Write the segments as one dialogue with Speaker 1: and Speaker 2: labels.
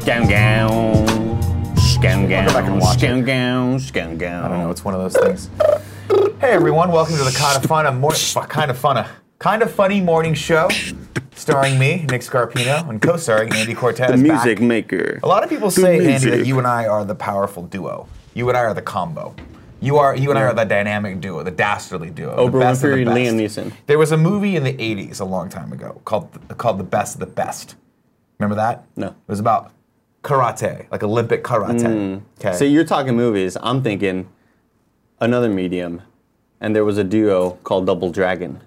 Speaker 1: Scown gown. Scown gown.
Speaker 2: go back and watch
Speaker 1: Scown gown. Scown
Speaker 2: I don't
Speaker 1: gown.
Speaker 2: know. It's one of those things. Hey everyone, welcome to the kind of fun, mor- f- kind of fun, kind of funny morning show, starring me, Nick Scarpino, and co-starring Andy Cortez.
Speaker 1: The
Speaker 2: back.
Speaker 1: music maker.
Speaker 2: A lot of people say, Andy, that
Speaker 1: music.
Speaker 2: you and I are the powerful duo. You and I are the combo. You are you and I are the dynamic duo, the dastardly duo. the
Speaker 1: Oprah
Speaker 2: best of the
Speaker 1: Winfrey and
Speaker 2: best.
Speaker 1: Liam Neeson.
Speaker 2: There was a movie in the '80s a long time ago called called The Best of the Best. Remember that?
Speaker 1: No.
Speaker 2: It was about karate, like Olympic karate. Okay.
Speaker 1: Mm. So you're talking movies. I'm thinking another medium, and there was a duo called Double Dragon.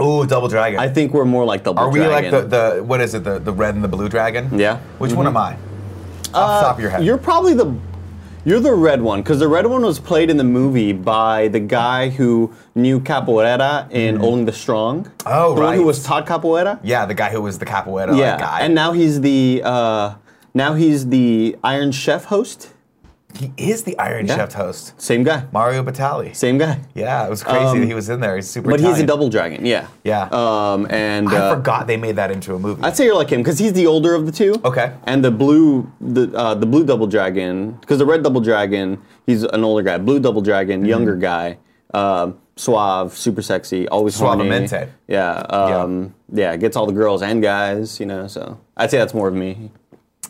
Speaker 2: Ooh, Double Dragon.
Speaker 1: I think we're more like Double
Speaker 2: Are we
Speaker 1: Dragon.
Speaker 2: like the, the what is it the, the red and the blue dragon?
Speaker 1: Yeah.
Speaker 2: Which one am I? Off the top of your head.
Speaker 1: You're probably the you're the red one because the red one was played in the movie by the guy who knew capoeira in Only the Strong.
Speaker 2: Hmm. Oh,
Speaker 1: the one who
Speaker 2: right.
Speaker 1: was taught capoeira.
Speaker 2: yeah, the guy who was the capoeira like, guy.
Speaker 1: and now he's the uh, now he's the Iron Chef host.
Speaker 2: he is the Iron
Speaker 1: Yeah.
Speaker 2: Chef's host,
Speaker 1: Same guy,
Speaker 2: Mario Batali.
Speaker 1: same guy.
Speaker 2: Yeah, it was crazy that he was in there. He's super.
Speaker 1: Um, But he's a
Speaker 2: Italian.
Speaker 1: double dragon. Yeah.
Speaker 2: Yeah.
Speaker 1: Um, and
Speaker 2: I
Speaker 1: uh,
Speaker 2: forgot they made that into a movie.
Speaker 1: I'd say you're like him because he's the older of the two.
Speaker 2: Okay.
Speaker 1: And the blue, the uh, the blue double dragon, because the red double dragon, he's an older guy. Blue double dragon,
Speaker 2: Mm-hmm.
Speaker 1: younger guy, um, suave, super sexy, always horny.
Speaker 2: Suavemente.
Speaker 1: Yeah. Um, yeah. Gets all the girls and guys, you know. So I'd say that's more of me.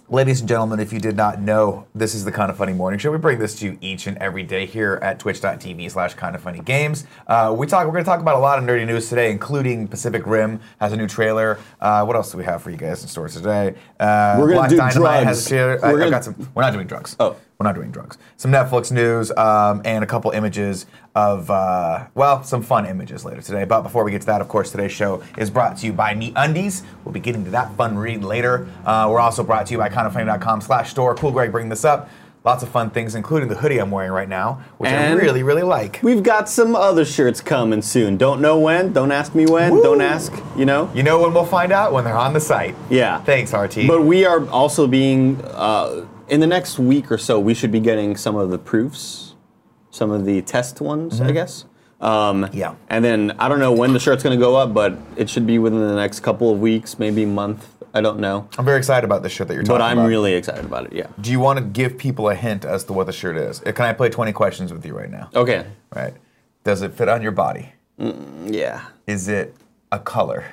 Speaker 2: Ladies and gentlemen, if you did not know, this is the Kind of Funny Morning Show. We bring this to you each and every day here at twitch.tv slash kind of funny games. Uh, we talk, we're going to talk about a lot of nerdy news today, including Pacific Rim has a new trailer. Uh, what else do we have for you guys in stores today? Uh,
Speaker 1: We're gonna
Speaker 2: Black
Speaker 1: do
Speaker 2: Dynamite
Speaker 1: drugs.
Speaker 2: Has a trailer.
Speaker 1: We're
Speaker 2: I,
Speaker 1: gonna-
Speaker 2: have got some, we're not doing drugs.
Speaker 1: Oh.
Speaker 2: We're not doing drugs. Some Netflix news um, and a couple images of, uh, well, some fun images later today. But before we get to that, of course, today's show is brought to you by Me Undies. We'll be getting to that fun read later. Uh, we're also brought to you by kindoffunny.com slash store. Cool Greg bringing this up. Lots of fun things, including the hoodie I'm wearing right now, which
Speaker 1: And-
Speaker 2: I really, really like.
Speaker 1: We've got some other shirts coming soon. Don't know when. Don't ask me when.
Speaker 2: Woo.
Speaker 1: Don't ask. You know.
Speaker 2: You know when we'll find out? When they're on the site.
Speaker 1: Yeah.
Speaker 2: Thanks, RT.
Speaker 1: But we are also being uh, in the next week or so. We should be getting some of the proofs, some of the test ones, I guess. Um,
Speaker 2: Mm-hmm. Yeah.
Speaker 1: And then I don't know when the shirt's going to go up, but it should be within the next couple of weeks, maybe month. I don't know.
Speaker 2: I'm very excited about this shirt that you're talking
Speaker 1: But
Speaker 2: about.
Speaker 1: I'm really excited about it. Yeah.
Speaker 2: Do you want to give people a hint as to what the shirt is? Uh, Can I play 20 questions with you right now?
Speaker 1: Okay.
Speaker 2: Right. Does it fit on your body?
Speaker 1: Yeah.
Speaker 2: Is it a color?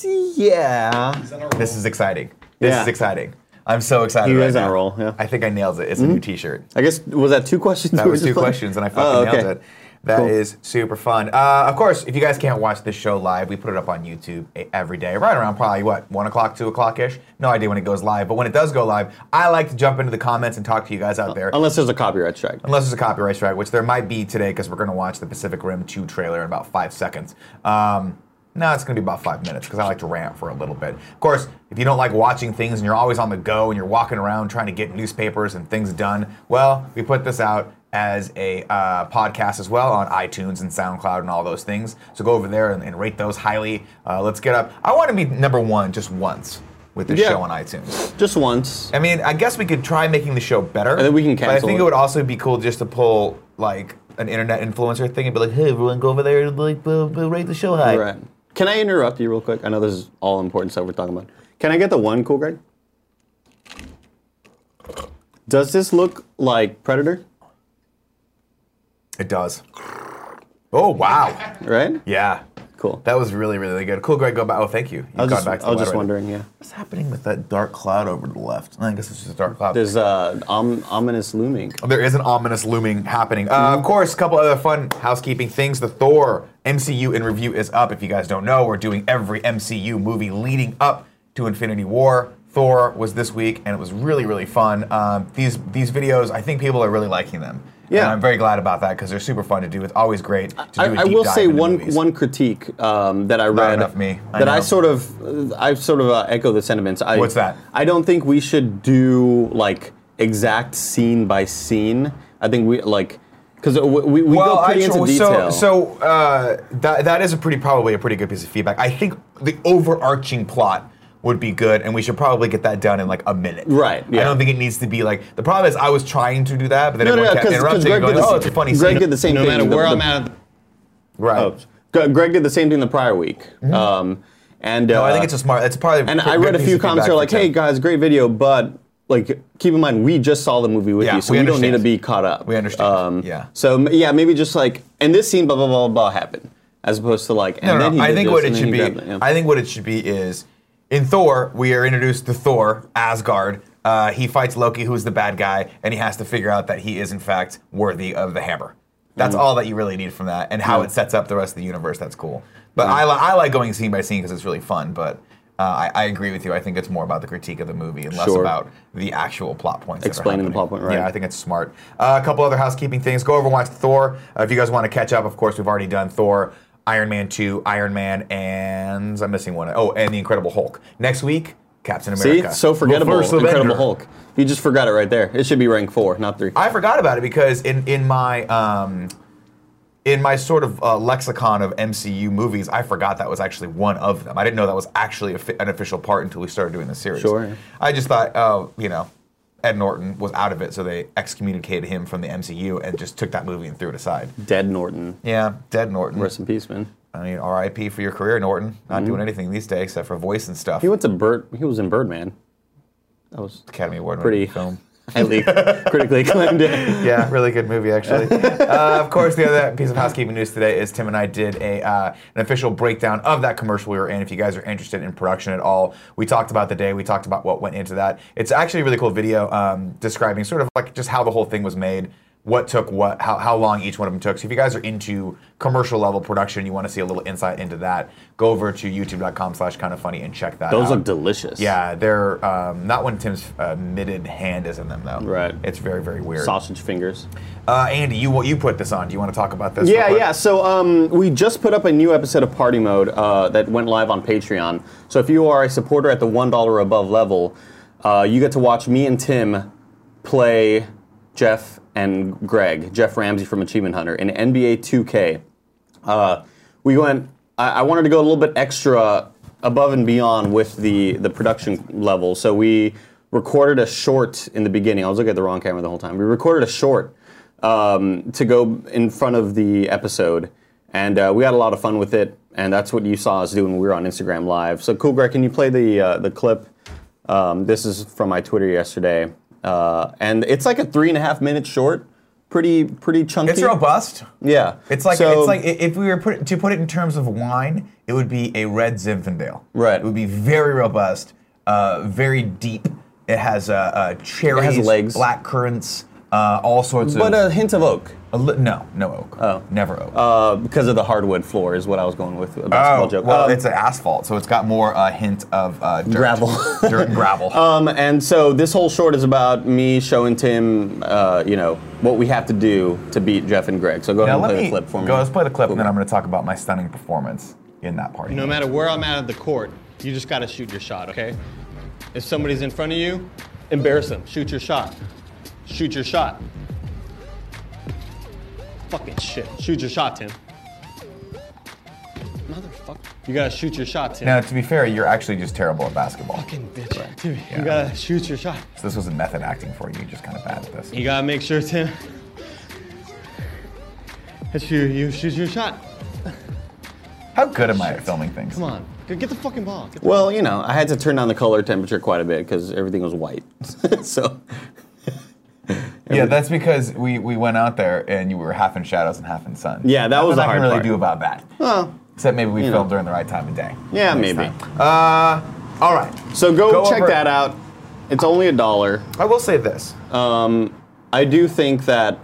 Speaker 1: Yeah.
Speaker 2: This is exciting. This
Speaker 1: Yeah.
Speaker 2: is exciting. I'm so excited.
Speaker 1: He
Speaker 2: right
Speaker 1: is on a
Speaker 2: now.
Speaker 1: roll, yeah.
Speaker 2: I think I nailed it. It's a new T-shirt.
Speaker 1: I guess was that two questions?
Speaker 2: That
Speaker 1: we
Speaker 2: was
Speaker 1: were
Speaker 2: two
Speaker 1: just playing?
Speaker 2: questions, and I fucking
Speaker 1: Oh, okay.
Speaker 2: nailed it. That is
Speaker 1: Cool.
Speaker 2: super fun. Uh, of course, if you guys can't watch this show live, we put it up on YouTube e- every day, right around probably what one o'clock, two o'clock ish. No idea when it goes live, but when it does go live, I like to jump into the comments and talk to you guys out there.
Speaker 1: Unless there's a copyright strike.
Speaker 2: Unless there's a copyright strike, which there might be today because we're going to watch the Pacific Rim 2 trailer in about five seconds. Um, no, it's going to be about five minutes because I like to rant for a little bit. Of course, if you don't like watching things and you're always on the go and you're walking around trying to get newspapers and things done, well, we put this out as a uh, podcast as well on iTunes and SoundCloud and all those things. So go over there and, and rate those highly. Uh, let's get up. I want to be number one just once with this
Speaker 1: Yeah.
Speaker 2: show on iTunes.
Speaker 1: Just once.
Speaker 2: I mean, I guess we could try making the show better. And
Speaker 1: then we can
Speaker 2: But I
Speaker 1: cancel
Speaker 2: think
Speaker 1: it.
Speaker 2: it would also be cool just to pull like an internet influencer thing and be like, "Hey, everyone, go over there and like uh, uh, rate the show high."
Speaker 1: Right. Can I interrupt you real quick? I know this is all important stuff we're talking about. Can I get the one cool Greg? Does this look like Predator?
Speaker 2: It does. Oh wow!
Speaker 1: Right?
Speaker 2: Yeah,
Speaker 1: Cool.
Speaker 2: that was really really good. Cool, Greg. Go back. Oh, thank you. You
Speaker 1: I was
Speaker 2: got
Speaker 1: just,
Speaker 2: back to
Speaker 1: I was
Speaker 2: that
Speaker 1: just
Speaker 2: already.
Speaker 1: wondering, yeah.
Speaker 2: What's happening with that dark cloud over to the left? I guess it's just a dark cloud.
Speaker 1: There's uh, om- ominous looming.
Speaker 2: There is an ominous looming happening. Uh, of course, a couple other fun housekeeping things. The Thor MCU in review is up. If you guys don't know, we're doing every MCU movie leading up to Infinity War. Thor was this week, and it was really, really fun. Um, these these videos, I think people are really liking them.
Speaker 1: Yeah.
Speaker 2: and I'm very glad about that because they're super fun to do. It's always great to do a
Speaker 1: I,
Speaker 2: deep
Speaker 1: I will
Speaker 2: dive
Speaker 1: say
Speaker 2: into
Speaker 1: one
Speaker 2: movies.
Speaker 1: one critique um, that I read
Speaker 2: enough me. I
Speaker 1: that I
Speaker 2: know.
Speaker 1: sort of I sort of uh, echo the sentiments. I,
Speaker 2: What's that?
Speaker 1: I don't think we should do like exact scene by scene. I think we like because we, we go pretty into
Speaker 2: actually,
Speaker 1: detail.
Speaker 2: So, so uh, that, that is a pretty probably a pretty good piece of feedback. I think the overarching plot would be good, and we should probably get that done in like a minute.
Speaker 1: Right, yeah.
Speaker 2: I don't think it needs to be like the problem is I was trying to do that, but then
Speaker 1: No, no,
Speaker 2: everyone
Speaker 1: no,
Speaker 2: kept
Speaker 1: because
Speaker 2: interrupting.
Speaker 1: Greg,
Speaker 2: and going,
Speaker 1: did the
Speaker 2: oh,
Speaker 1: same-
Speaker 2: it's a funny
Speaker 1: Greg
Speaker 2: scene. Oh.
Speaker 1: did the same
Speaker 3: No
Speaker 1: thing.
Speaker 3: matter
Speaker 1: the- Oh.
Speaker 3: where
Speaker 1: the-
Speaker 3: I'm at,
Speaker 2: right.
Speaker 1: Gre- Greg did the same thing in the prior week. Um, And
Speaker 2: Mm-hmm. No,
Speaker 1: uh,
Speaker 2: I think it's a smart. It's probably.
Speaker 1: and
Speaker 2: pretty
Speaker 1: I
Speaker 2: good
Speaker 1: read a
Speaker 2: piece
Speaker 1: few
Speaker 2: of
Speaker 1: comments that
Speaker 2: feedback
Speaker 1: are like,
Speaker 2: for
Speaker 1: "Hey
Speaker 2: Tim.
Speaker 1: guys, great video, but like keep in mind we just saw the movie with
Speaker 2: Yeah,
Speaker 1: you, so
Speaker 2: we
Speaker 1: we, don't need
Speaker 2: understand.
Speaker 1: to be caught up. Uh,
Speaker 2: We understand,
Speaker 1: um,
Speaker 2: yeah.
Speaker 1: So m- yeah, maybe just like and this scene, blah blah blah blah happened, as opposed to like. And
Speaker 2: No, no,
Speaker 1: then
Speaker 2: no.
Speaker 1: he
Speaker 2: I
Speaker 1: did
Speaker 2: think
Speaker 1: this,
Speaker 2: what it
Speaker 1: and then
Speaker 2: should
Speaker 1: he
Speaker 2: be.
Speaker 1: grabbed that, yeah.
Speaker 2: I think what it should be is, in Thor, we are introduced to Thor Asgard. Uh, he fights Loki, who's the bad guy, and he has to figure out that he is in fact worthy of the hammer.
Speaker 1: Mm.
Speaker 2: That's all that you really need from that, and how it sets up the rest of the universe. That's cool. But I, li- I like going scene by scene because it's really fun. But uh, I, I agree with you. I think it's more about the critique of the movie and less
Speaker 1: Sure.
Speaker 2: about the actual plot points. that are
Speaker 1: Explaining the plot
Speaker 2: happening.
Speaker 1: point, right.
Speaker 2: Yeah, I think it's smart. Uh, a couple other housekeeping things. Go over and watch Thor. Uh, if you guys want to catch up, of course, we've already done Thor, Iron Man 2, Iron Man, and I'm missing one. Oh, and The Incredible Hulk. Next week, Captain
Speaker 1: See,
Speaker 2: America.
Speaker 1: so
Speaker 2: The
Speaker 1: forgettable,
Speaker 2: first Avenger.
Speaker 1: Incredible Hulk. You just forgot it right there. It should be rank four, not three.
Speaker 2: I forgot about it because in in my um, in my sort of uh, lexicon of MCU movies, I forgot that was actually one of them. I didn't know that was actually a fi- an official part until we started doing the series.
Speaker 1: Sure, yeah.
Speaker 2: I just thought, oh, you know, Ed Norton was out of it, so they excommunicated him from the MCU and just took that movie and threw it aside.
Speaker 1: Dead Norton.
Speaker 2: Yeah, dead Norton.
Speaker 1: Rest Mm-hmm. in peace, man.
Speaker 2: I mean, R.I.P. for your career, Norton. Not doing anything these days except for voice and stuff.
Speaker 1: He went to Bird. He was in Birdman. That was
Speaker 2: Academy Award
Speaker 1: pretty
Speaker 2: film.
Speaker 1: highly critically acclaimed.
Speaker 2: yeah, really good movie actually. uh, of course, the other piece of housekeeping news today is Tim and I did a uh, an official breakdown of that commercial we were in. If you guys are interested in production at all, we talked about the day, we talked about what went into that. It's actually a really cool video um, describing sort of like just how the whole thing was made. What took what? How, how long each one of them took? So if you guys are into commercial level production, you want to see a little insight into that, go over to YouTube.com/slash Kind of Funny and check that.
Speaker 1: Those
Speaker 2: out.
Speaker 1: look delicious.
Speaker 2: Yeah, they're um, not when Tim's uh, mitted hand is in them though.
Speaker 1: Right.
Speaker 2: It's very very weird.
Speaker 1: Sausage fingers.
Speaker 2: Uh, Andy, you you put this on. Do you want to talk about this? real
Speaker 1: Yeah,
Speaker 2: quick?
Speaker 1: yeah. So um, we just put up a new episode of Party Mode uh, that went live on Patreon. So if you are a supporter at the one dollar above level, uh, you get to watch me and Tim play Jeff and Greg, Jeff Ramsey from Achievement Hunter in NBA 2K. Uh, we went. I, I wanted to go a little bit extra above and beyond with the the production level. So we recorded a short in the beginning. I was looking at the wrong camera the whole time. We recorded a short um, to go in front of the episode, and uh, we had a lot of fun with it. And that's what you saw us do when we were on Instagram Live. So cool, Greg. Can you play the uh, the clip? Um, this is from my Twitter yesterday, uh, and it's like a three and a half minute short. Pretty pretty chunky.
Speaker 2: It's robust.
Speaker 1: Yeah.
Speaker 2: It's like
Speaker 1: So-
Speaker 2: it's like i- if we were put, to put it in terms of wine, it would be a red Zinfandel.
Speaker 1: Right.
Speaker 2: It would be very robust, uh, very deep. It has uh, uh, cherries,
Speaker 1: legs.
Speaker 2: black currants, uh, all sorts
Speaker 1: But
Speaker 2: of.
Speaker 1: a hint of oak,
Speaker 2: a li- no, no oak. Oh, never oak. Oh,
Speaker 1: uh, because of the hardwood floor, is what I was going with. A
Speaker 3: Oh,
Speaker 1: basketball joke.
Speaker 2: well,
Speaker 1: Um,
Speaker 2: it's an asphalt, so it's got more uh, hint of uh, dirt.
Speaker 1: Gravel.
Speaker 2: dirt and gravel.
Speaker 1: um, and so this whole short is about me showing Tim, uh, you know, what we have to do to beat Jeff and Greg. So go ahead
Speaker 2: now
Speaker 1: and
Speaker 2: let
Speaker 1: play
Speaker 2: me
Speaker 1: the clip for me.
Speaker 2: go. Let's play the clip, and then I'm going to talk about my stunning performance in that party.
Speaker 3: No matter where I'm at at the court, you just gotta shoot your shot, okay? If somebody's in front of you, embarrass them. Shoot your shot. Shoot your shot. Fucking shit. Shoot your shot, Tim. Motherfucker. You gotta shoot your shot, Tim.
Speaker 2: Now, to be fair, you're actually just terrible at basketball.
Speaker 3: Fucking bitch. Tim, you gotta shoot your shot.
Speaker 2: So this was a method acting for you. You're just kind of bad at this.
Speaker 3: You gotta make sure, Tim, that you, you shoot your shot.
Speaker 2: How good am I at filming things?
Speaker 3: Come on. Go Get the fucking ball. Get the-
Speaker 1: Well, you know, I had to turn down the color temperature quite a bit because everything was white. so
Speaker 2: Yeah, that's because we, we went out there and you were half in shadows and half in sun.
Speaker 1: Yeah, that was
Speaker 2: Nothing
Speaker 1: the hard
Speaker 2: I can really
Speaker 1: part.
Speaker 2: do about that.
Speaker 1: Well,
Speaker 2: Except maybe we
Speaker 1: you know.
Speaker 2: filmed during the right time of day.
Speaker 1: yeah,
Speaker 2: Next
Speaker 1: maybe.
Speaker 2: time. Uh, all right.
Speaker 1: So go,
Speaker 2: Go
Speaker 1: check
Speaker 2: over-
Speaker 1: that out. It's only a dollar.
Speaker 2: I will say this.
Speaker 1: I do think that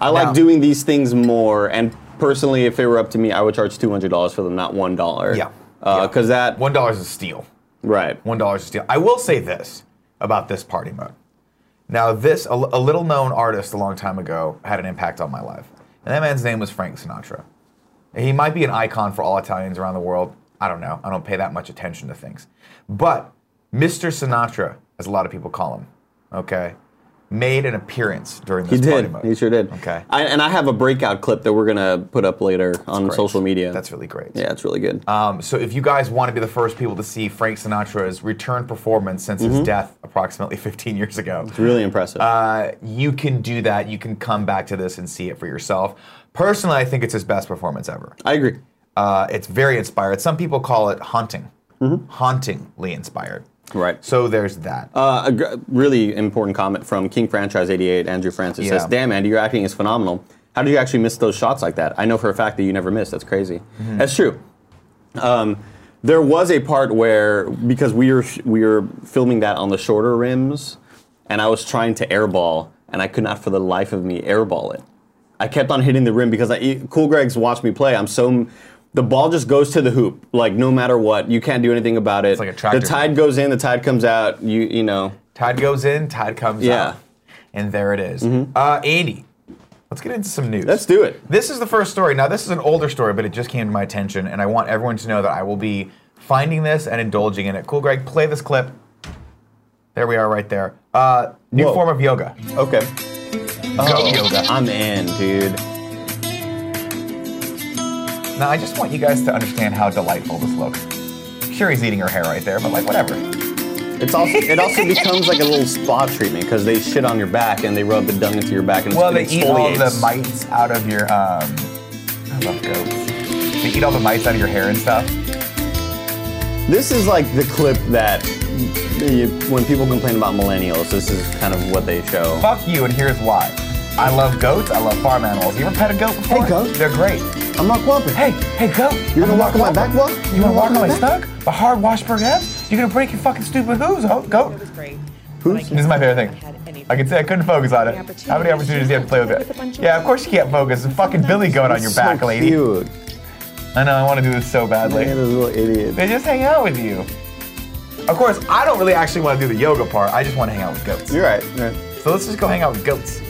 Speaker 1: I like
Speaker 2: Now-
Speaker 1: doing these things more. And personally, if it were up to me, I would charge two hundred dollars for them, not one dollar.
Speaker 2: Yeah. Yeah.
Speaker 1: Because that
Speaker 2: One dollar is a steal.
Speaker 1: right.
Speaker 2: One dollar is a steal. I will say this about this party mode. Now, this a, a little known artist a long time ago had an impact on my life, and that man's name was Frank Sinatra. He might be an icon for all Italians around the world. I don't know. I don't pay that much attention to things. But Mr. Sinatra, as a lot of people call him, okay, made an appearance during
Speaker 1: He
Speaker 2: this party
Speaker 1: did.
Speaker 2: mode.
Speaker 1: He sure did.
Speaker 2: Okay.
Speaker 1: I, and I have a breakout clip that we're gonna put up later on
Speaker 2: Great.
Speaker 1: social media.
Speaker 2: That's really great.
Speaker 1: yeah, it's really good.
Speaker 2: Um, so if you guys want to be the first people to see Frank Sinatra's return performance since
Speaker 1: Mm-hmm.
Speaker 2: his death approximately 15 years ago,
Speaker 1: really impressive.
Speaker 2: uh, you can do that. You can come back to this and see it for yourself. Personally, I think it's his best performance ever.
Speaker 1: I agree.
Speaker 2: Uh, it's very inspired. Some people call it haunting.
Speaker 1: Mm-hmm.
Speaker 2: hauntingly inspired.
Speaker 1: Right.
Speaker 2: So there's that.
Speaker 1: Uh, a gr- really important comment from King Franchise 88, Andrew Francis
Speaker 2: Yeah.
Speaker 1: says, Damn, Andy, your acting is phenomenal. How did you actually miss those shots like that? I know for a fact that you never missed. That's crazy.
Speaker 2: Mm-hmm.
Speaker 1: That's true. Um, there was a part where, because we were, we were filming that on the shorter rims, and I was trying to airball, and I could not for the life of me airball it. I kept on hitting the rim because I, Cool Greg's watched me play. I'm so. The ball just goes to the hoop, like no matter what. You can't do anything about it. It's
Speaker 2: like a tractor
Speaker 1: The tide goes in, the tide comes out. You you know.
Speaker 2: tide goes in, tide comes
Speaker 1: Yeah. Mm-hmm.
Speaker 2: out. And there it is. Uh, Andy, let's get into some news.
Speaker 1: Let's do it.
Speaker 2: This is the first story. Now, this is an older story, but it just came to my attention, and I want everyone to know that I will be finding this and indulging in it. Cool, Greg, play this clip. There we are, right there. Uh, new
Speaker 1: Whoa.
Speaker 2: form of yoga.
Speaker 1: Okay. Oh,
Speaker 2: Go yoga.
Speaker 1: I'm in, dude.
Speaker 2: Now, I just want you guys to understand how delightful this looks. Sure, he's eating her hair right there, but like, whatever.
Speaker 1: It's also it also becomes like a little spa treatment because they shit on your back and they rub the dung into your back and
Speaker 2: Well, they
Speaker 1: it's
Speaker 2: eat all the mites out of your. Um, I love goats. They eat all the mites out of your hair and stuff.
Speaker 1: This is like the clip that you, when people complain about millennials, this is kind of what they show.
Speaker 2: Fuck you, and here's why. I love goats. I love farm animals. You ever pet a goat before?
Speaker 1: goat.
Speaker 2: They're great.
Speaker 1: I'm not whopping.
Speaker 2: Hey, hey, goat.
Speaker 1: You're gonna
Speaker 2: I'm
Speaker 1: walk on my back walk?
Speaker 2: You wanna walk on my stomach? My hard Washburn abs? You're gonna break your fucking stupid hooves, ho-
Speaker 4: It
Speaker 2: goat.
Speaker 4: was great.
Speaker 1: Who's-
Speaker 2: This is my favorite thing. I can say I couldn't focus on it. How many opportunities do you have to play with it? Yeah, of course you can't focus. It's fucking Billy goat on your back,
Speaker 1: so
Speaker 2: lady.
Speaker 1: Cute.
Speaker 2: I know. I want to do this so badly.
Speaker 1: Look at this little idiot.
Speaker 2: They just hang out with you. Of course, I don't really actually want to do the yoga part. I just want to hang out with goats.
Speaker 1: You're right. you're right.
Speaker 2: So let's just go hang out with goats.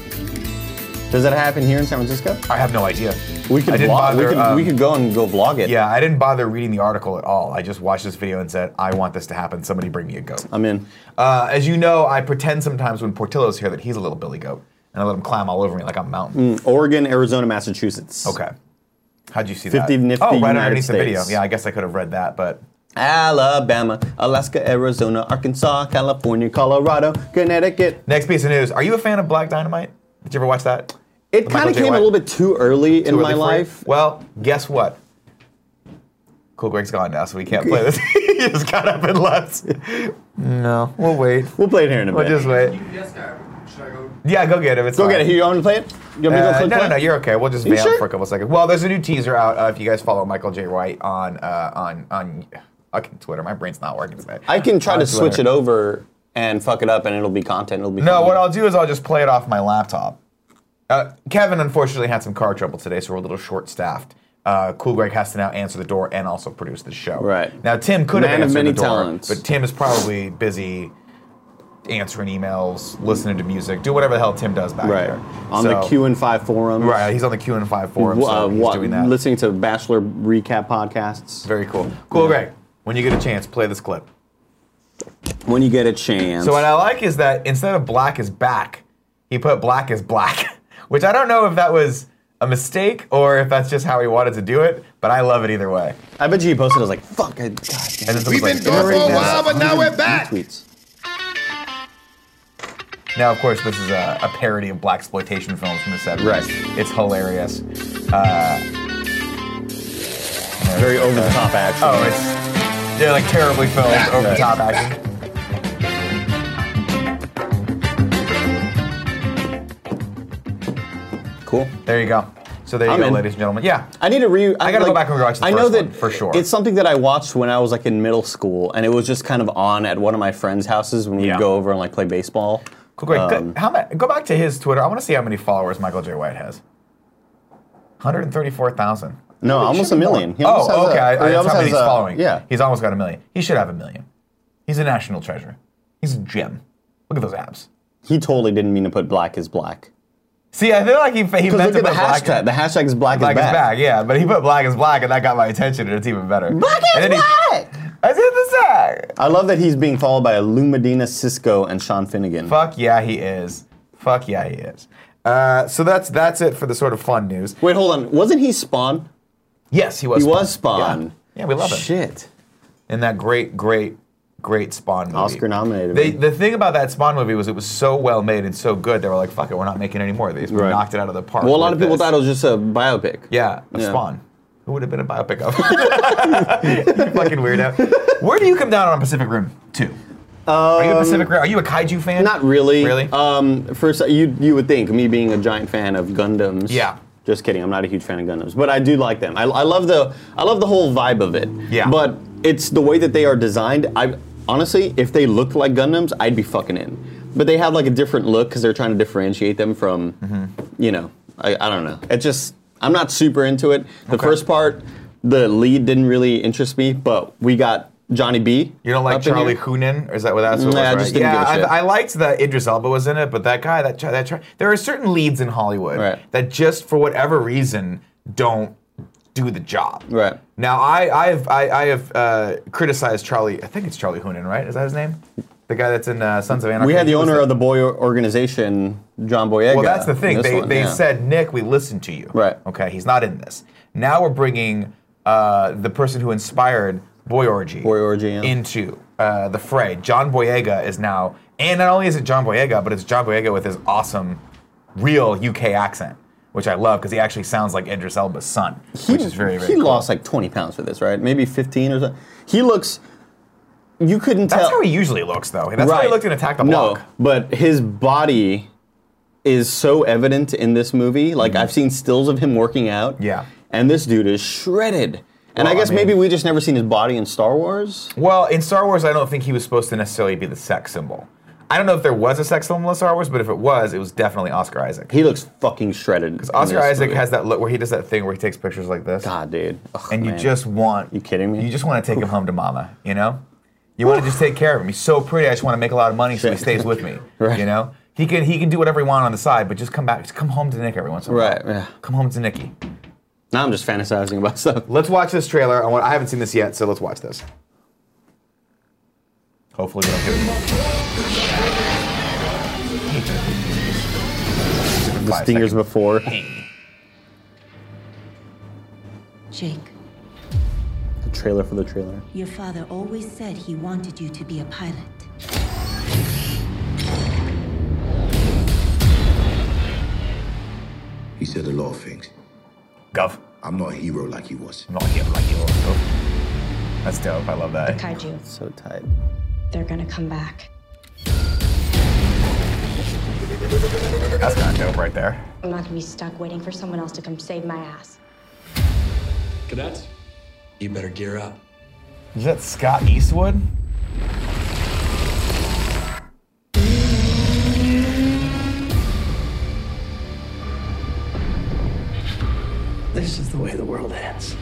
Speaker 1: Does that happen here in San Francisco?
Speaker 2: I have no idea.
Speaker 1: We could
Speaker 2: I didn't
Speaker 1: vlog. we
Speaker 2: bother,
Speaker 1: could
Speaker 2: um,
Speaker 1: we could go and go vlog it.
Speaker 2: Yeah, I didn't bother reading the article at all. I just watched this video and said, I want this to happen. Somebody bring me a goat.
Speaker 1: I'm in.
Speaker 2: Uh, as you know, I pretend sometimes when Portillo's here that he's a little billy goat. And I let him climb all over me like I'm a mountain.
Speaker 1: Oregon, Arizona, Massachusetts.
Speaker 2: Okay. How'd you see
Speaker 1: 50
Speaker 2: that?
Speaker 1: nifty
Speaker 2: oh, right
Speaker 1: United
Speaker 2: underneath the video.
Speaker 1: States.
Speaker 2: Yeah, I guess I could have read that, but
Speaker 1: Alabama, Alaska, Arizona, Arkansas, California, Colorado, Connecticut.
Speaker 2: next piece of news. Are you a fan of Black Dynamite? Did you ever watch that?
Speaker 1: It
Speaker 2: Michael
Speaker 1: kind of
Speaker 2: J.
Speaker 1: came
Speaker 2: White.
Speaker 1: a little bit too early in
Speaker 2: Too
Speaker 1: my
Speaker 2: early for you?
Speaker 1: life.
Speaker 2: Well, guess what? Cool Greg's gone now, so we can't play this. he just got up and left. No, we'll wait.
Speaker 1: We'll play it here in a
Speaker 2: We'll
Speaker 1: bit.
Speaker 2: just wait.
Speaker 5: Yes, guy. Should I go?
Speaker 2: Yeah, go get him. It's
Speaker 1: go
Speaker 2: fine.
Speaker 1: get it. Here, you want me to play it? You want me to go
Speaker 2: Uh,
Speaker 1: click
Speaker 2: no,
Speaker 1: play?
Speaker 2: no, no, you're okay. We'll just
Speaker 1: You
Speaker 2: bail
Speaker 1: sure?
Speaker 2: for a couple seconds. Well, there's a new teaser out. Uh, if you guys follow Michael J. White on uh, on on fucking Twitter, my brain's not working today.
Speaker 1: I can try
Speaker 2: On
Speaker 1: to switch
Speaker 2: Twitter.
Speaker 1: it over and fuck it up, and it'll be content. It'll be
Speaker 2: No,
Speaker 1: fun.
Speaker 2: what I'll do is I'll just play it off my laptop. Uh, Kevin unfortunately had some car trouble today, so we're a little short-staffed. Uh, cool Greg has to now answer the door and also produce the show.
Speaker 1: Right.
Speaker 2: now, Tim could
Speaker 1: Man
Speaker 2: have
Speaker 1: of
Speaker 2: answered
Speaker 1: many
Speaker 2: the door,
Speaker 1: talents.
Speaker 2: but Tim is probably busy answering emails, listening to music, do whatever the hell Tim does back
Speaker 1: right
Speaker 2: there.
Speaker 1: on the
Speaker 2: So-
Speaker 1: Q and Five forum.
Speaker 2: Right, he's on the Q and Five forum, so
Speaker 1: Uh,
Speaker 2: he's
Speaker 1: what,
Speaker 2: doing that.
Speaker 1: listening to Bachelor recap podcasts.
Speaker 2: Very cool. Cool, Greg. When you get a chance, play this clip.
Speaker 1: When you get a chance.
Speaker 2: So what I like is that instead of black is back, he put black is black, which I don't know if that was a mistake or if that's just how he wanted to do it, but I love it either way.
Speaker 1: I bet you he posted. I was like, fuck. I, God, damn.
Speaker 2: And then somebody's
Speaker 6: We've been
Speaker 2: like,
Speaker 6: gone for
Speaker 2: "Right
Speaker 6: a
Speaker 2: now."
Speaker 6: while, but now we're back.
Speaker 1: Tweets.
Speaker 2: Now, of course, this is a, a parody of black exploitation films from the 70s.
Speaker 1: Right.
Speaker 2: It's hilarious.
Speaker 1: Very over the top action.
Speaker 2: Oh, it's they're like terribly filmed, over the top action.
Speaker 1: Oh. cool.
Speaker 2: There you go. So there you
Speaker 1: I'm
Speaker 2: go,
Speaker 1: in.
Speaker 2: ladies and gentlemen. Yeah.
Speaker 1: I need to re. I,
Speaker 2: gotta go back and rewatch the
Speaker 1: I
Speaker 2: first
Speaker 1: know that
Speaker 2: one, for sure.
Speaker 1: It's something that I watched when I was like in middle school, and it was just kind of on at one of my friends' houses when we'd
Speaker 2: Yeah.
Speaker 1: go over and like play baseball.
Speaker 2: Cool, great. Go-
Speaker 1: Um,
Speaker 2: how ma- go back to his Twitter. I want to see how many followers Michael J. White has. 134,000.
Speaker 1: No, almost a million. He almost has
Speaker 2: Oh,
Speaker 1: a-
Speaker 2: okay. I- I-
Speaker 1: he
Speaker 2: that's
Speaker 1: almost
Speaker 2: how many
Speaker 1: has
Speaker 2: he's
Speaker 1: a-
Speaker 2: following.
Speaker 1: Yeah.
Speaker 2: He's almost got a million. He should have a million. He's a national treasure. He's a gem. Look at those abs.
Speaker 1: He totally didn't mean to put black is black.
Speaker 2: See, I feel like he, he
Speaker 1: Because
Speaker 2: meant
Speaker 1: look
Speaker 2: to
Speaker 1: at the
Speaker 2: put black,
Speaker 1: hashtag. the hashtag is black,
Speaker 2: black
Speaker 1: is
Speaker 2: is
Speaker 1: back.
Speaker 2: back. Yeah, but he put black is black, and that got my attention, and it's even better.
Speaker 1: Black
Speaker 2: and
Speaker 1: is
Speaker 2: then he-
Speaker 1: black.
Speaker 2: I said the sack.
Speaker 1: I love that he's being followed by Lou Medina, Cisco, and Sean Finnegan.
Speaker 2: Fuck yeah, he is. Fuck yeah, he is. Uh, so that's that's it for the sort of fun news.
Speaker 1: Wait, hold on. Wasn't he Spawn?
Speaker 2: Yes, he was.
Speaker 1: He was
Speaker 2: Yeah.
Speaker 1: Spawn.
Speaker 2: Yeah, we love him.
Speaker 1: Shit.
Speaker 2: in that great, great, great Spawn movie.
Speaker 1: Oscar nominated
Speaker 2: They,
Speaker 1: movie.
Speaker 2: the thing about that Spawn movie was it was so well made and so good. They were like, "Fuck it, we're not making any more of these." We
Speaker 1: Right.
Speaker 2: knocked it out of the park.
Speaker 1: Well, a lot
Speaker 2: with
Speaker 1: of people
Speaker 2: this.
Speaker 1: thought it was just a biopic.
Speaker 2: yeah, of
Speaker 1: Yeah.
Speaker 2: Spawn. Who would have been a biopic of? you fucking weirdo. Where do you come down on Pacific Rim 2? are you a Pacific Rim? Are you a kaiju fan?
Speaker 1: Um, Not really.
Speaker 2: Really?
Speaker 1: Um, first, you you would think me being a giant fan of Gundams.
Speaker 2: Yeah.
Speaker 1: Just kidding. I'm not a huge fan of Gundams, but I do like them. I, I love the I love the whole vibe of it.
Speaker 2: Yeah.
Speaker 1: But it's the way that they are designed. I honestly, if they looked like Gundams, I'd be fucking in. But they have like a different look because they're trying to differentiate them from,
Speaker 2: Mm-hmm.
Speaker 1: you know, I, I don't know. It just I'm not super into it. The
Speaker 2: Okay.
Speaker 1: first part, the lead didn't really interest me, but we got Johnny B.
Speaker 2: you don't
Speaker 1: up
Speaker 2: like
Speaker 1: in here.
Speaker 2: Charlie Hunnam? Or is that what that's what
Speaker 1: Nah,
Speaker 2: it was,
Speaker 1: I
Speaker 2: right?
Speaker 1: just didn't
Speaker 2: yeah,
Speaker 1: give a shit.
Speaker 2: I, I liked that Idris Elba was in it, but that guy, that chi- that chi- there are certain leads in Hollywood
Speaker 1: Right.
Speaker 2: that just for whatever reason don't do the job.
Speaker 1: Right.
Speaker 2: Now I I've I, I have uh, criticized Charlie. I think it's Charlie Hunnam, right? Is that his name? The guy that's in uh, Sons of Anarchy.
Speaker 1: We had the
Speaker 2: Who was
Speaker 1: owner of the boy organization, John Boyega.
Speaker 2: Well, that's the thing.
Speaker 1: in this
Speaker 2: They,
Speaker 1: one,
Speaker 2: they
Speaker 1: yeah.
Speaker 2: said, Nick, we listened to you.
Speaker 1: Right.
Speaker 2: Okay, he's not in this. Now we're bringing uh, the person who inspired Boy Orgy,
Speaker 1: Boy Orgy, yeah.
Speaker 2: into uh, the fray. John Boyega is now, and not only is it John Boyega, but it's John Boyega with his awesome, real UK accent, which I love because he actually sounds like Idris Elba's son,
Speaker 1: he,
Speaker 2: which is very, very
Speaker 1: he
Speaker 2: cool.
Speaker 1: lost like 20 pounds for this, right? Maybe 15 or something. He looks. You couldn't
Speaker 2: That's
Speaker 1: tell.
Speaker 2: how he usually looks, though. That's how he looked in Attack the Block.
Speaker 1: No, but his body is so evident in this movie. Like I've seen stills of him working out.
Speaker 2: Mm-hmm. Yeah.
Speaker 1: And this dude is shredded. And
Speaker 2: Well,
Speaker 1: I
Speaker 2: I
Speaker 1: guess
Speaker 2: mean-
Speaker 1: maybe we just never seen his body in Star Wars.
Speaker 2: Well, in Star Wars, I don't think he was supposed to necessarily be the sex symbol. I don't know if there was a sex symbol in Star Wars, but if it was, it was definitely Oscar Isaac.
Speaker 1: He looks fucking shredded. Because
Speaker 2: Oscar Isaac has that look where he does that thing where he takes pictures like this,
Speaker 1: God, dude. Ugh,
Speaker 2: and you
Speaker 1: man.
Speaker 2: just want you
Speaker 1: kidding me?
Speaker 2: You just want to take him home to mama, you know? You want to just take care of him. He's so pretty. I just want to make a lot of money so he
Speaker 1: Shit.
Speaker 2: stays with me.
Speaker 1: Right.
Speaker 2: You know? He can he can do whatever he wants on the side, but just come back, just come home to Nick every once in a while.
Speaker 1: Right, yeah.
Speaker 2: Come home to Nicky.
Speaker 1: Now I'm just fantasizing about stuff.
Speaker 2: Let's watch this trailer. I, want, I haven't seen this yet, so let's watch this. Hopefully, we don't hear it.
Speaker 1: The
Speaker 2: Five
Speaker 1: stingers
Speaker 2: seconds.
Speaker 1: before.
Speaker 4: Jake,
Speaker 1: The trailer for the trailer.
Speaker 4: your father always said he wanted you to be a pilot.
Speaker 5: He said a lot of things.
Speaker 2: Gov.
Speaker 5: I'm not a hero like he was.
Speaker 2: I'm not here like you. are, Gov. That's dope. I love that.
Speaker 6: Kaiju,
Speaker 1: So tight.
Speaker 6: they're gonna come back.
Speaker 2: That's kind of dope right there.
Speaker 6: I'm not gonna be stuck waiting for someone else to come save my ass.
Speaker 7: Cadets, you better gear up.
Speaker 2: Is that Scott Eastwood?
Speaker 7: This is the way the world ends.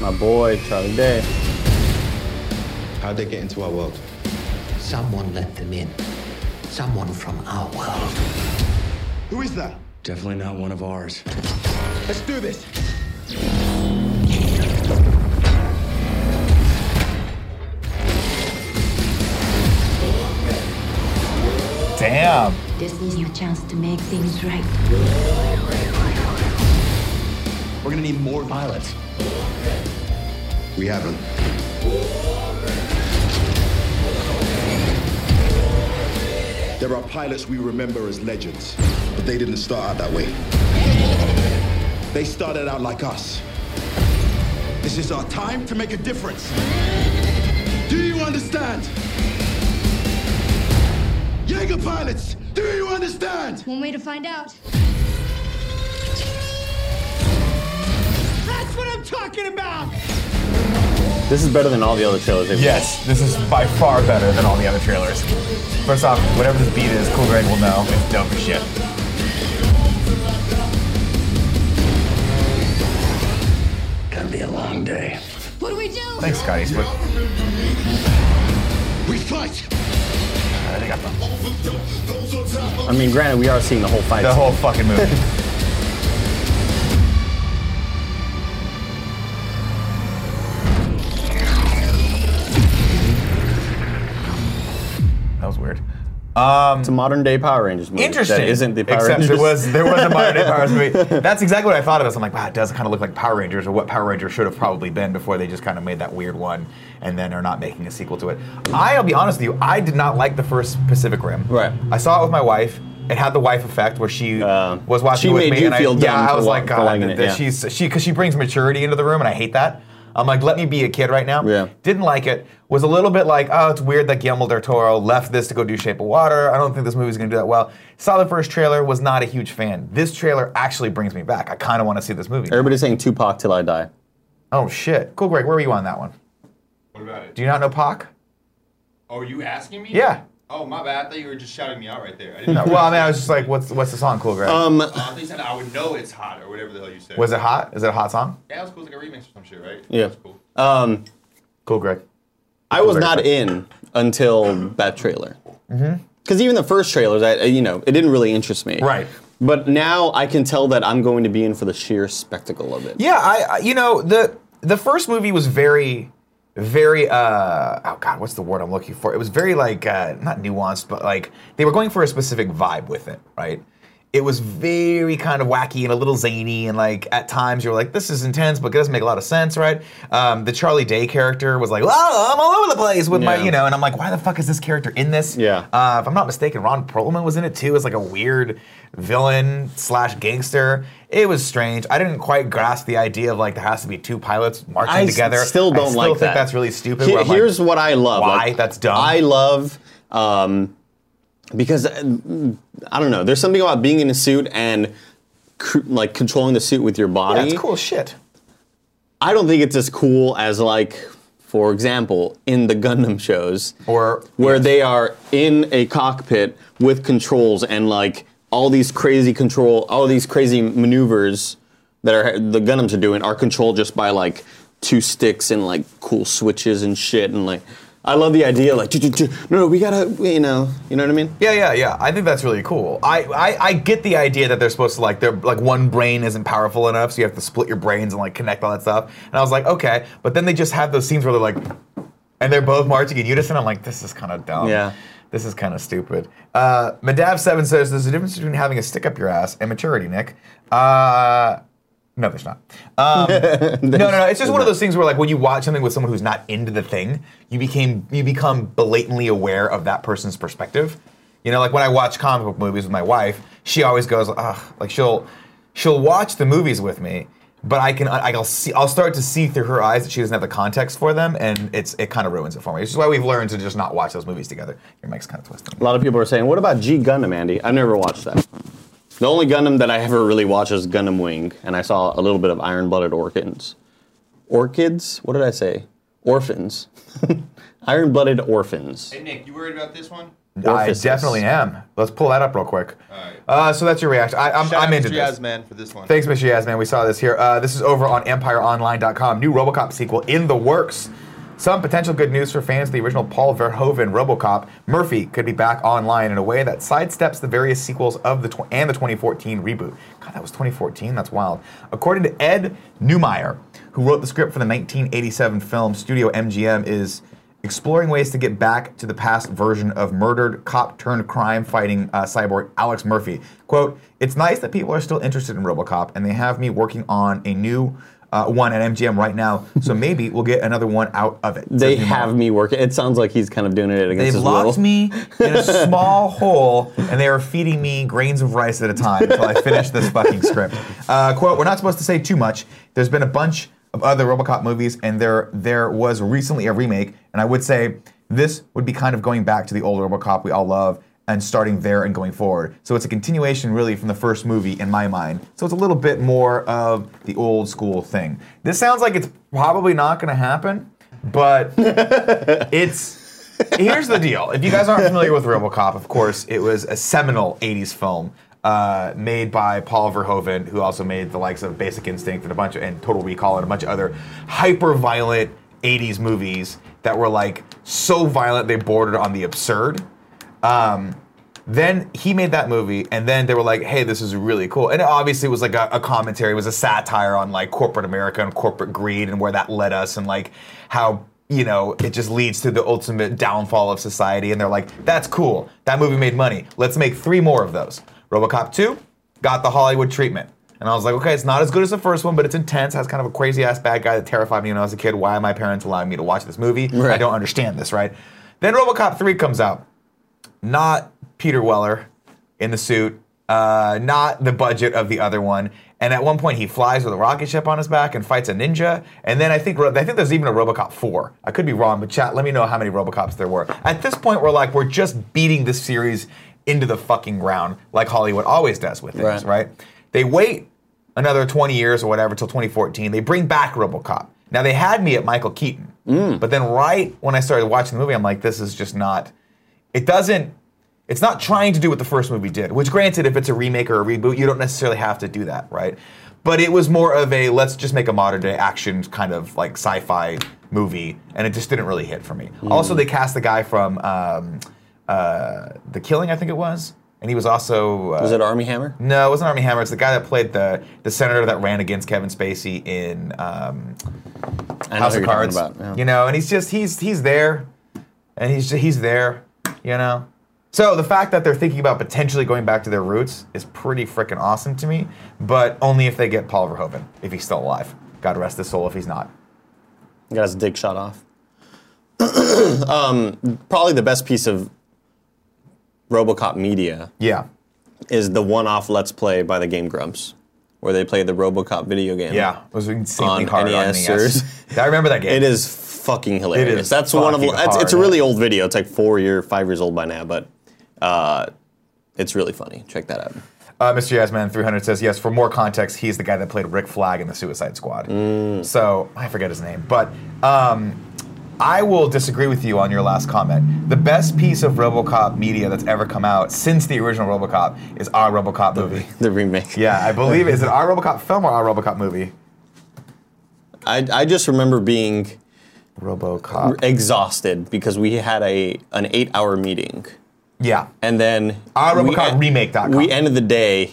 Speaker 1: My boy, Charlie Day.
Speaker 8: How'd they get into our world?
Speaker 7: Someone let them in. Someone from our world.
Speaker 5: Who is that?
Speaker 7: Definitely not one of ours.
Speaker 5: Let's do this.
Speaker 2: Damn.
Speaker 4: This is your chance to make things right.
Speaker 7: We're gonna need more pilots.
Speaker 5: We haven't. There are pilots we remember as legends, but they didn't start out that way. They started out like us. This is our time to make a difference. Do you understand? Jaeger pilots, do you understand?
Speaker 6: One way to find out.
Speaker 5: That's what I'm talking about!
Speaker 1: This is better than all the other trailers they've
Speaker 2: Yes, this is by far better than all the other trailers. First off, whatever this beat is, Cool Greg will know. It's dope as shit.
Speaker 7: Gonna be a long day.
Speaker 6: What do we do?
Speaker 2: Thanks, Scott Eastwood.
Speaker 5: We fight!
Speaker 2: I think I found
Speaker 1: I mean, granted, we are seeing the whole fight.
Speaker 2: the whole fucking movie. that was weird.
Speaker 1: it's a modern day Power Rangers movie.
Speaker 2: Interesting.
Speaker 1: That isn't the Power
Speaker 2: Except
Speaker 1: Rangers.
Speaker 2: there was there was a modern day Power Rangers movie. That's exactly what I thought of. This. I'm like, wow, it does kind of look like Power Rangers, or what Power Rangers should have probably been before they just kind of made that weird one, and then are not making a sequel to it. I'll be honest with you, I did not like the first Pacific Rim.
Speaker 1: Right.
Speaker 2: I saw it with my wife. It had the wife effect where she was watching
Speaker 1: Uh, she
Speaker 2: with
Speaker 1: made
Speaker 2: me,
Speaker 1: you
Speaker 2: and
Speaker 1: feel
Speaker 2: I, yeah,
Speaker 1: dumb
Speaker 2: I
Speaker 1: for
Speaker 2: was
Speaker 1: wa-
Speaker 2: like,
Speaker 1: for
Speaker 2: God,
Speaker 1: liking it,
Speaker 2: that
Speaker 1: yeah.
Speaker 2: she's she because she brings maturity into the room, and I hate that. I'm like, let me be a kid right now.
Speaker 1: Yeah.
Speaker 2: Didn't like it. Was a little bit like, oh, it's weird that Guillermo del Toro left this to go do Shape of Water. I don't think this movie's gonna do that well. Saw the first trailer, was not a huge fan. This trailer actually brings me back. I kind of want to see this movie.
Speaker 1: Everybody's saying Tupac till I die.
Speaker 2: Oh shit. Cool, Greg. Where were you on that one?
Speaker 9: What about it?
Speaker 2: Do you not know Pac?
Speaker 9: Oh, are you asking me?
Speaker 2: Yeah.
Speaker 9: Oh, my bad. I thought you were just shouting me out right there. I didn't
Speaker 2: No, well, I mean, I was just like, what's what's the song, Cool Greg?
Speaker 1: Um,
Speaker 9: I thought you said I would know it's hot or whatever the hell you said.
Speaker 2: was it hot? Is it a hot song?
Speaker 9: Yeah, it was cool. It's like a remix or some shit, right?
Speaker 1: Yeah.
Speaker 9: That's cool.
Speaker 1: Um,
Speaker 2: Cool, Greg.
Speaker 1: I was not in until that trailer. Because even the first trailers, I you know, it didn't really interest me.
Speaker 2: Right.
Speaker 1: But now I can tell that I'm going to be in for the sheer spectacle of it.
Speaker 2: Yeah, I, I you know the the first movie was very very uh oh god what's the word i'm looking for it was very like uh not nuanced but like they were going for a specific vibe with it right it was very kind of wacky and a little zany and like at times you were like this is intense but it doesn't make a lot of sense right um, the charlie day character was like oh i'm all over the place with my
Speaker 1: Yeah.
Speaker 2: you know and i'm like why the fuck is this character in this
Speaker 1: Yeah.
Speaker 2: uh, if i'm not mistaken ron perlman was in it too as like a weird villain slash gangster it was strange i didn't quite grasp the idea of like there has to be two pilots marching
Speaker 1: I s-
Speaker 2: together
Speaker 1: still
Speaker 2: I
Speaker 1: don't
Speaker 2: still
Speaker 1: like
Speaker 2: think
Speaker 1: that.
Speaker 2: that's really stupid
Speaker 1: He-
Speaker 2: where I'm like,
Speaker 1: here's what I love.
Speaker 2: why? That's dumb.
Speaker 1: I love um, because uh, I don't know. There's something about being in a suit and cr- like controlling the suit with your body.
Speaker 2: that's cool shit
Speaker 1: I don't think it's as cool as like, for example, in the Gundam shows,
Speaker 2: Or-
Speaker 1: where they are in a cockpit with controls and like all these crazy control, all these crazy maneuvers that are the Gundams are doing are controlled just by like two sticks and like cool switches and shit and like. I love the idea, like, "Ch- ch- ch- no, no, we gotta, you know, you know what I mean?
Speaker 2: Yeah, yeah, yeah. I think that's really cool. I, I, I get the idea that they're supposed to like they're like one brain isn't powerful enough, so you have to split your brains and like connect all that stuff. And I was like, okay, but then they just have those scenes where they're like, and they're both marching in unison. I'm like, this is kind of dumb.
Speaker 1: Yeah.
Speaker 2: This is kind of stupid. Uh, Madav Seven says there's a difference between having a stick up your ass and maturity, Nick. Uh, no, there's not. Um, no, no, no. It's just one of those things where, like, when you watch something with someone who's not into the thing, you became you become blatantly aware of that person's perspective. You know, like when I watch comic book movies with my wife, she always goes, "Ugh," like she'll she'll watch the movies with me, but I can I- I'll see I'll start to see through her eyes that she doesn't have the context for them, and it's it kind of ruins it for me. Which is why we've learned to just not watch those movies together. Your mic's kind of twisting.
Speaker 1: A lot of people are saying, what about G Gundam, Andy? I've never watched that. The only Gundam that I ever really watched is Gundam Wing, and I saw a little bit of Iron Blooded Orphans. Orchids? What did I say? Orphans. Iron Blooded Orphans.
Speaker 9: Hey, Nick, you worried about this one?
Speaker 2: I
Speaker 1: Orifices.
Speaker 2: definitely am. Let's pull that up real quick.
Speaker 9: Alright.
Speaker 2: Uh, so that's your reaction. I, I'm,
Speaker 9: Shout
Speaker 2: I'm
Speaker 9: out
Speaker 2: into
Speaker 9: Mr.
Speaker 2: this.
Speaker 9: Yasman for this one.
Speaker 2: Thanks, Mr. Yasman. We saw this here. Uh, this is over on EmpireOnline.com. New RoboCop sequel in the works. Some potential good news for fans of the original Paul Verhoeven RoboCop. Murphy could be back online in a way that sidesteps the various sequels of the tw- and the 2014 reboot. God, that was 2014. That's wild. According to Ed Neumeier, who wrote the script for the 1987 film, Studio MGM is exploring ways to get back to the past version of murdered cop turned crime fighting uh, cyborg Alex Murphy. Quote, it's nice that people are still interested in Robocop and they have me working on a new uh, one at MGM right now, so maybe we'll get another one out of it.
Speaker 1: They
Speaker 2: Says Newmar.
Speaker 1: have me working. It sounds like he's kind of doing it against
Speaker 2: They've
Speaker 1: his
Speaker 2: locked
Speaker 1: will.
Speaker 2: me in a small hole, and they are feeding me grains of rice at a time until I finish this fucking script. Uh, quote: We're not supposed to say too much. There's been a bunch of other RoboCop movies, and there there was recently a remake. And I would say this would be kind of going back to the old RoboCop we all love and starting there and going forward. So it's a continuation really from the first movie in my mind. So it's a little bit more of the old school thing. This sounds like it's probably not going to happen, but it's here's the deal. If you guys aren't familiar with RoboCop, of course, it was a seminal '80s film uh, made by Paul Verhoeven, who also made the likes of Basic Instinct and a bunch of, and Total Recall and a bunch of other hyper-violent '80s movies that were like so violent they bordered on the absurd. Um, then he made that movie, and then they were like, "Hey, this is really cool." And it obviously, was like a, a commentary, it was a satire on like corporate America and corporate greed and where that led us, and like how you know it just leads to the ultimate downfall of society. And they're like, "That's cool. That movie made money. Let's make three more of those." RoboCop two got the Hollywood treatment. And I was like, okay, it's not as good as the first one, but it's intense. Has kind of a crazy ass bad guy that terrified me when I was a kid. Why are my parents allowing me to watch this movie? I
Speaker 1: Right.
Speaker 2: don't understand this, right? Then RoboCop 3 comes out not Peter Weller, in the suit, uh, not the budget of the other one. And at one point, he flies with a rocket ship on his back and fights a ninja. And then I think Ro- I think there's even a RoboCop four. I could be wrong, but chat, let me know how many RoboCops there were. At this point, we're like we're just beating this series into the fucking ground, like Hollywood always does with things,
Speaker 1: Right.
Speaker 2: right? They wait another 20 years or whatever till 2014. They bring back RoboCop. Now they had me at Michael Keaton, but then right when I started watching the movie, I'm like, this is just not. It doesn't. It's not trying to do what the first movie did. Which, granted, if it's a remake or a reboot, you don't necessarily have to do that, right? But it was more of a let's just make a modern day action kind of like sci-fi movie, and it just didn't really hit for me.
Speaker 1: Hmm.
Speaker 2: Also, they cast the guy from um, uh, The Killing, I think it was, and he was also uh,
Speaker 1: Was it Army Hammer?
Speaker 2: no, it wasn't Army Hammer. It's the guy that played the the senator that ran against Kevin Spacey in um,
Speaker 1: I know
Speaker 2: House
Speaker 1: who
Speaker 2: of
Speaker 1: you're talking
Speaker 2: Cards.
Speaker 1: about, yeah.
Speaker 2: You know, and he's just he's he's there, and he's he's there. You know, so the fact that they're thinking about potentially going back to their roots is pretty freaking awesome to me. But only if they get Paul Verhoeven, if he's still alive. God rest his soul if he's not.
Speaker 1: Got his dick shot off. um, probably the best piece of RoboCop media
Speaker 2: Yeah,
Speaker 1: is the one-off Let's Play by the Game Grumps, where they play the RoboCop video game.
Speaker 2: yeah, it was insanely
Speaker 1: On
Speaker 2: hard
Speaker 1: NES
Speaker 2: on NES.
Speaker 1: series.
Speaker 2: I remember that game.
Speaker 1: It is fucking hilarious.
Speaker 2: is
Speaker 1: That's one of
Speaker 2: fucking
Speaker 1: that's, it's a
Speaker 2: hard.
Speaker 1: really old video. It's like four year, five years old by now, but uh, it's really funny. Check that out.
Speaker 2: Uh, Mr. Yasman300 says, yes, for more context, he's the guy that played Rick Flag in the Suicide Squad. So, I forget his name. But um, I will disagree with you on your last comment. The best piece of Robocop media that's ever come out since the original Robocop is our Robocop movie.
Speaker 1: The remake.
Speaker 2: yeah, I believe Is it our Robocop film or our Robocop movie?
Speaker 1: I, I just remember being
Speaker 2: Robocop.
Speaker 1: exhausted because we had a an eight hour meeting,
Speaker 2: yeah.
Speaker 1: and then
Speaker 2: Our
Speaker 1: we
Speaker 2: Ah, RoboCop
Speaker 1: en-
Speaker 2: remake.com.
Speaker 1: We ended the day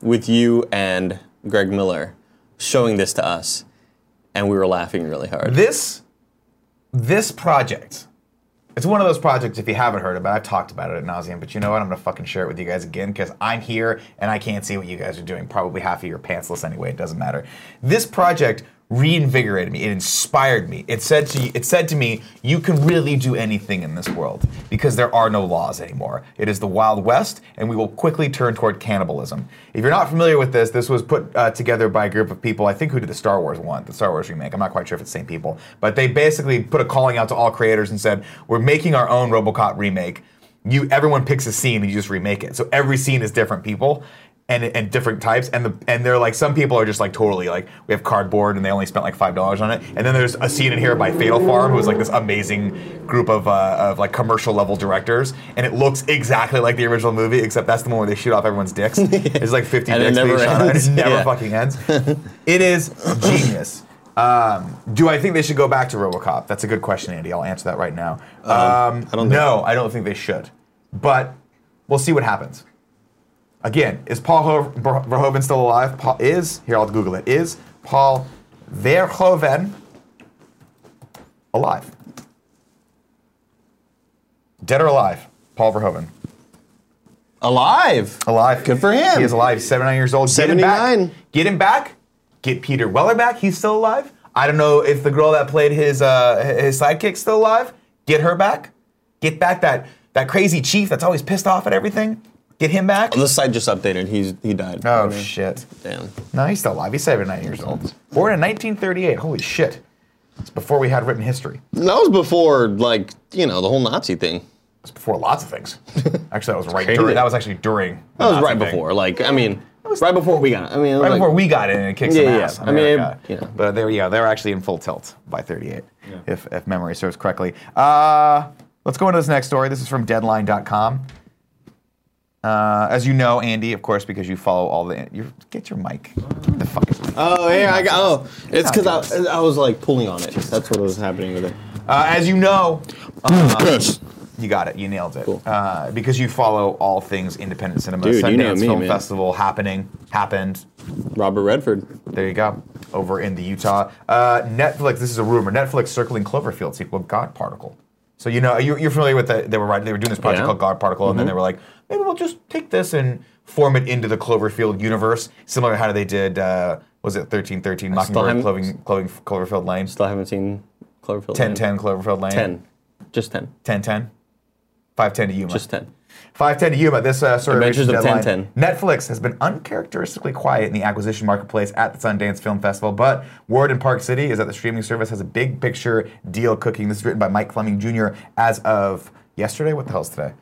Speaker 1: with you and Greg Miller showing this to us, and we were laughing really hard.
Speaker 2: This this project, it's one of those projects if you haven't heard about. it, I've talked about it at nauseum, but you know what? I'm gonna fucking share it with you guys again because I'm here and I can't see what you guys are doing. Probably half of your pantsless anyway. It doesn't matter. This project reinvigorated me. It inspired me. It said to it said to me, you can really do anything in this world because there are no laws anymore. It is the Wild West, and we will quickly turn toward cannibalism. If you're not familiar with this, this was put uh, together by a group of people, I think who did the Star Wars one, the Star Wars remake. I'm not quite sure if it's the same people, but they basically put a calling out to all creators and said, "We're making our own RoboCop remake. You, everyone picks a scene and you just remake it. So every scene is different people." And, and different types and the and they're like some people are just like totally like we have cardboard and they only spent like five dollars on it and then there's a scene in here by Fatal Farm who is like this amazing group of uh, of like commercial level directors and it looks exactly like the original movie except that's the one where they shoot off everyone's dicks it's like 50
Speaker 1: And it
Speaker 2: dicks being
Speaker 1: never
Speaker 2: shot out, and
Speaker 1: ends.
Speaker 2: it never
Speaker 1: Yeah.
Speaker 2: fucking ends it is genius um, do I think they should go back to RoboCop that's a good question Andy I'll answer that right now um,
Speaker 1: Uh, I don't
Speaker 2: no I don't think they should but we'll see what happens Again, is Paul Ho- Ver- Verhoeven still alive? Paul is here. I'll Google it. Is Paul Verhoeven alive? Dead or alive? Paul Verhoeven
Speaker 1: Alive.
Speaker 2: alive.
Speaker 1: Good for him.
Speaker 2: He is alive. He's 79 years old. Get him back.
Speaker 1: 79.
Speaker 2: Get him back. Get Peter Weller back. He's still alive. I don't know if the girl that played his uh, his sidekick's still alive. Get her back. Get back that that crazy chief that's always pissed off at everything. Get him back.
Speaker 1: This site just updated. He's he died.
Speaker 2: Oh shit.
Speaker 1: Damn.
Speaker 2: No, he's still alive. He's 79 years old. Born in 1938. Holy shit. It's before we had written history.
Speaker 1: That was before, like, you know, the whole Nazi thing.
Speaker 2: It's before lots of things. Actually, that was right
Speaker 1: crazy.
Speaker 2: during. That was actually during. the
Speaker 1: That was
Speaker 2: Nazi
Speaker 1: right
Speaker 2: thing.
Speaker 1: before. Like, I mean, right before we got it. I mean, it was
Speaker 2: Right
Speaker 1: like-
Speaker 2: before we got in and it kicked
Speaker 1: Yeah,
Speaker 2: some
Speaker 1: yeah.
Speaker 2: ass.
Speaker 1: I mean, it-
Speaker 2: America.
Speaker 1: you know.
Speaker 2: But there, yeah, they're actually in full tilt by 38, if, if memory serves correctly. Uh, let's go into this next story. This is from Deadline.com. Uh, as you know, Andy, of course, because you follow all the. you get your mic. Give me the fucking mic.
Speaker 1: Oh yeah, I got. Oh, it's because
Speaker 2: not jealous.
Speaker 1: I, I was like pulling on it. That's what was happening with it. Uh,
Speaker 2: Uh, as you know,
Speaker 1: Yes.
Speaker 2: You got it. You nailed it.
Speaker 1: Cool.
Speaker 2: Uh, because you follow all things independent cinema.
Speaker 1: Dude, you
Speaker 2: Sundance
Speaker 1: know me,
Speaker 2: Film
Speaker 1: man.
Speaker 2: Festival happening happened.
Speaker 1: Robert Redford.
Speaker 2: There you go. Over in the Utah uh, Netflix. This is a rumor. Netflix circling Cloverfield sequel, God Particle. So you know you're, you're familiar with the, they were right, they were doing this project
Speaker 1: Yeah. Mm-hmm.
Speaker 2: called God Particle, and then they were like, maybe we'll just take this and form it into the Cloverfield universe, similar to how they did. Uh, was it 1313 Mockingbird,
Speaker 1: haven't-
Speaker 2: Cloving, Cloving, Cloverfield Lane,
Speaker 1: Still haven't seen Cloverfield.
Speaker 2: 1010 Cloverfield Lane,
Speaker 1: Ten. Just ten.
Speaker 2: 1010, 510 to you,
Speaker 1: Just ten.
Speaker 2: Five ten to you about this uh, sort
Speaker 1: Adventures
Speaker 2: of
Speaker 1: of
Speaker 2: deadline.
Speaker 1: 1010.
Speaker 2: Netflix has been uncharacteristically quiet in the acquisition marketplace at the Sundance Film Festival, but word in Park City is that the streaming service has a big picture deal cooking. This is written by Mike Fleming Jr. as of yesterday. What the hell's today?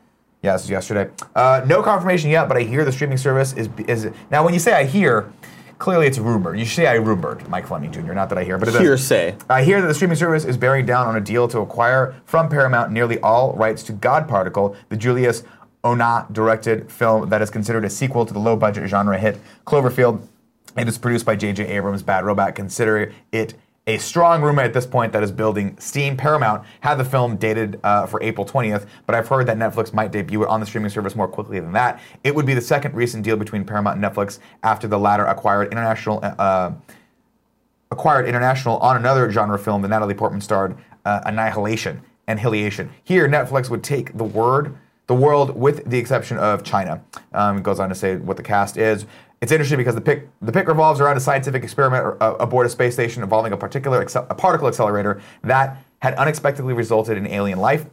Speaker 2: Yeah, this is yesterday. Uh, no confirmation yet, but I hear the streaming service is is now. When you say I hear, clearly it's rumor. You say I rumored Mike Fleming Jr. Not that I hear, but it is-
Speaker 1: Hearsay.
Speaker 2: I hear that the streaming service is bearing down on a deal to acquire from Paramount nearly all rights to God Particle, the Julius Ona directed film that is considered a sequel to the low budget genre hit Cloverfield. It is produced by J.J. Abrams' Bad Robot. Consider it a strong rumor at this point that is building steam. Paramount had the film dated uh, for April 20th, but I've heard that Netflix might debut it on the streaming service more quickly than that. It would be the second recent deal between Paramount and Netflix after the latter acquired international. Uh, acquired international on another genre film that Natalie Portman starred, uh, Annihilation and Hiliation. Here, Netflix would take the word, the world, with the exception of China. Um, it goes on to say what the cast is. It's interesting because the pick the pick revolves around a scientific experiment uh, aboard a space station involving a particular accel- a particle accelerator that had unexpectedly resulted in alien life.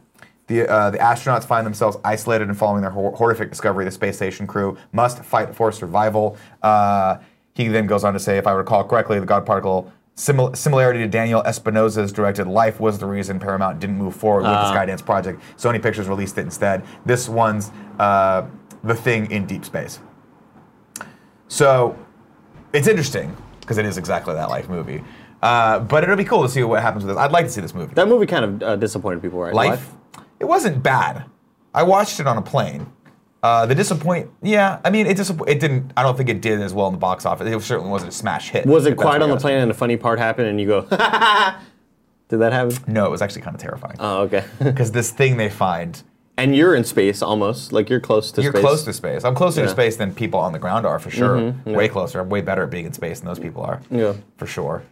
Speaker 2: The, uh, the astronauts find themselves isolated and following their hor- horrific discovery. The space station crew must fight for survival. Uh, he then goes on to say, if I recall correctly, the God Particle simil- similarity to Daniel Espinosa's directed Life was the reason Paramount didn't move forward with the Skydance project. Sony Pictures released it instead. This one's uh, The Thing in Deep Space. So it's interesting because it is exactly that Life movie. Uh, but it'll be cool to see what happens with this. I'd like to see this movie.
Speaker 1: That movie kind of uh, disappointed people, right?
Speaker 2: Life. It wasn't bad. I watched it on a plane. Uh, the disappoint, yeah. I mean, it disapp- It didn't. I don't think it did as well in the box office. It certainly wasn't a smash hit.
Speaker 1: Was it
Speaker 2: if that's what
Speaker 1: quiet on
Speaker 2: you're
Speaker 1: the plane and a funny part happened and you go, did that happen?
Speaker 2: asking. No, it was actually kind of terrifying
Speaker 1: Oh, okay.
Speaker 2: because this thing they find.
Speaker 1: and you're in space almost. Like you're close to
Speaker 2: You're
Speaker 1: space.
Speaker 2: close to space. I'm closer to
Speaker 1: Yeah. Mm-hmm.
Speaker 2: space than people on the ground are for sure. Way closer. I'm way better at being in space than those people are.
Speaker 1: Yeah.
Speaker 2: for sure.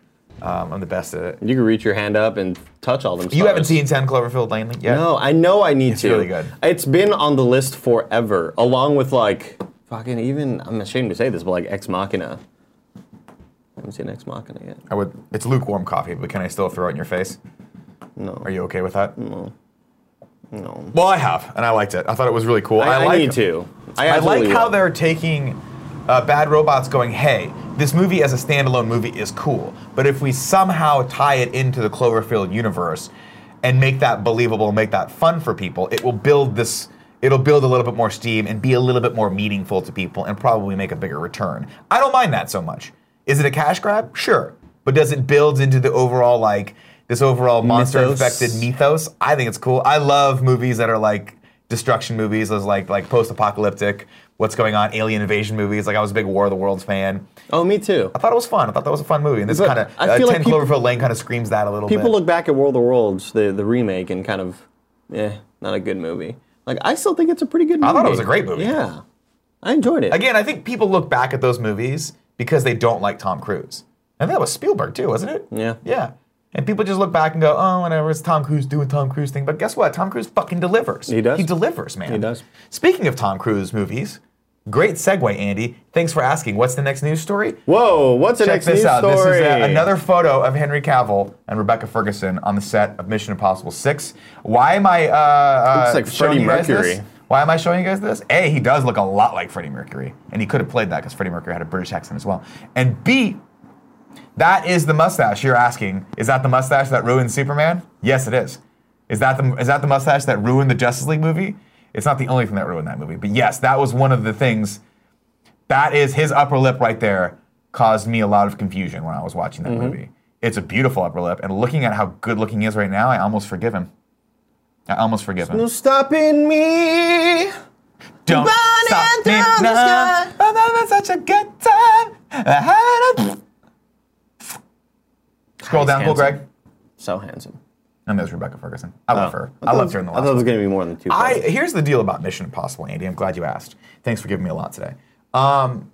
Speaker 2: Um, I'm the best at it.
Speaker 1: You can reach your hand up and touch all them
Speaker 2: You haven't
Speaker 1: stars.
Speaker 2: seen Ten Cloverfield Lane yet.
Speaker 1: No, I know I need
Speaker 2: It's
Speaker 1: to.
Speaker 2: really good.
Speaker 1: It's been on the list forever, along with like fucking even. I'm ashamed to say this, but like Ex Machina. I haven't seen Ex Machina yet.
Speaker 2: I would. It's lukewarm coffee, but can I still throw it in your face?
Speaker 1: No.
Speaker 2: Are you okay with that?
Speaker 1: No.
Speaker 2: Well, I have, and I liked it. I thought it was really cool.
Speaker 1: I, I
Speaker 2: like,
Speaker 1: need to. I,
Speaker 2: I like
Speaker 1: absolutely
Speaker 2: how
Speaker 1: will.
Speaker 2: they're taking uh, Bad Robots going, hey, this movie as a standalone movie is cool, but if we somehow tie it into the Cloverfield universe and make that believable, make that fun for people, it will build this. It'll build a little bit more steam and be a little bit more meaningful to people and probably make a bigger return. I don't mind that so much. Is it a cash grab? Sure. But does it build into the overall, like, this overall monster infected
Speaker 1: Mythos.
Speaker 2: ethos. I think it's cool. I love movies that are like destruction movies, those like like post-apocalyptic, what's going on, alien invasion movies. Like I was a big War of the Worlds fan.
Speaker 1: Oh, me too.
Speaker 2: I thought it was fun. I thought that was a fun movie. And this
Speaker 1: But
Speaker 2: kind of
Speaker 1: I
Speaker 2: uh,
Speaker 1: feel like
Speaker 2: Ten
Speaker 1: peop-
Speaker 2: Cloverfield Lane kind of screams that a little
Speaker 1: People
Speaker 2: bit.
Speaker 1: look back at World of Worlds, the the remake, and kind of, eh, not a good movie. Like I still think it's a pretty good movie.
Speaker 2: I thought it was a great movie.
Speaker 1: Yeah, I enjoyed it.
Speaker 2: Again, I think people look back at those movies because they don't like Tom Cruise. And that was Spielberg too, wasn't it?
Speaker 1: Yeah.
Speaker 2: Yeah. And people just look back and go, oh, whatever, it's Tom Cruise doing Tom Cruise thing. But guess what? Tom Cruise fucking delivers.
Speaker 1: He does.
Speaker 2: He delivers, man.
Speaker 1: He does.
Speaker 2: Speaking of Tom Cruise movies, great segue, Andy. Thanks for asking. What's the next news story?
Speaker 1: Whoa, what's the
Speaker 2: Check
Speaker 1: next
Speaker 2: this
Speaker 1: news
Speaker 2: out.
Speaker 1: story?
Speaker 2: This is uh, another photo of Henry Cavill and Rebecca Ferguson on the set of Mission Impossible 6. Why am I uh, uh,
Speaker 1: Looks like Freddie
Speaker 2: showing you guys
Speaker 1: Mercury.
Speaker 2: this? Why am I showing you guys this? A, he does look a lot like Freddie Mercury, and he could have played that because Freddie Mercury had a British accent as well. And B, that is the mustache you're asking. Is that the mustache that ruined Superman? Yes, it is. Is that the is that the mustache that ruined the Justice League movie? It's not the only thing that ruined that movie, but yes, that was one of the things. That is his upper lip right there caused me a lot of confusion when I was watching that movie. It's a beautiful upper lip, and looking at how good looking he is right now, I almost forgive him. I almost forgive him.
Speaker 1: No stopping me.
Speaker 2: Don't
Speaker 1: Running
Speaker 2: stop me
Speaker 1: through the
Speaker 2: now.
Speaker 1: sky.
Speaker 2: I'm having such a good time. I had a- Scroll
Speaker 1: He's
Speaker 2: down,
Speaker 1: handsome.
Speaker 2: cool, Greg.
Speaker 1: So handsome.
Speaker 2: And there's Rebecca Ferguson. I love her. I, loved her in the
Speaker 1: Oh. I
Speaker 2: last.
Speaker 1: thought it was
Speaker 2: one.
Speaker 1: going to be more than two.
Speaker 2: I
Speaker 1: photos.
Speaker 2: here's the deal about Mission Impossible, Andy. I'm glad you asked. Thanks for giving me a lot today. Um,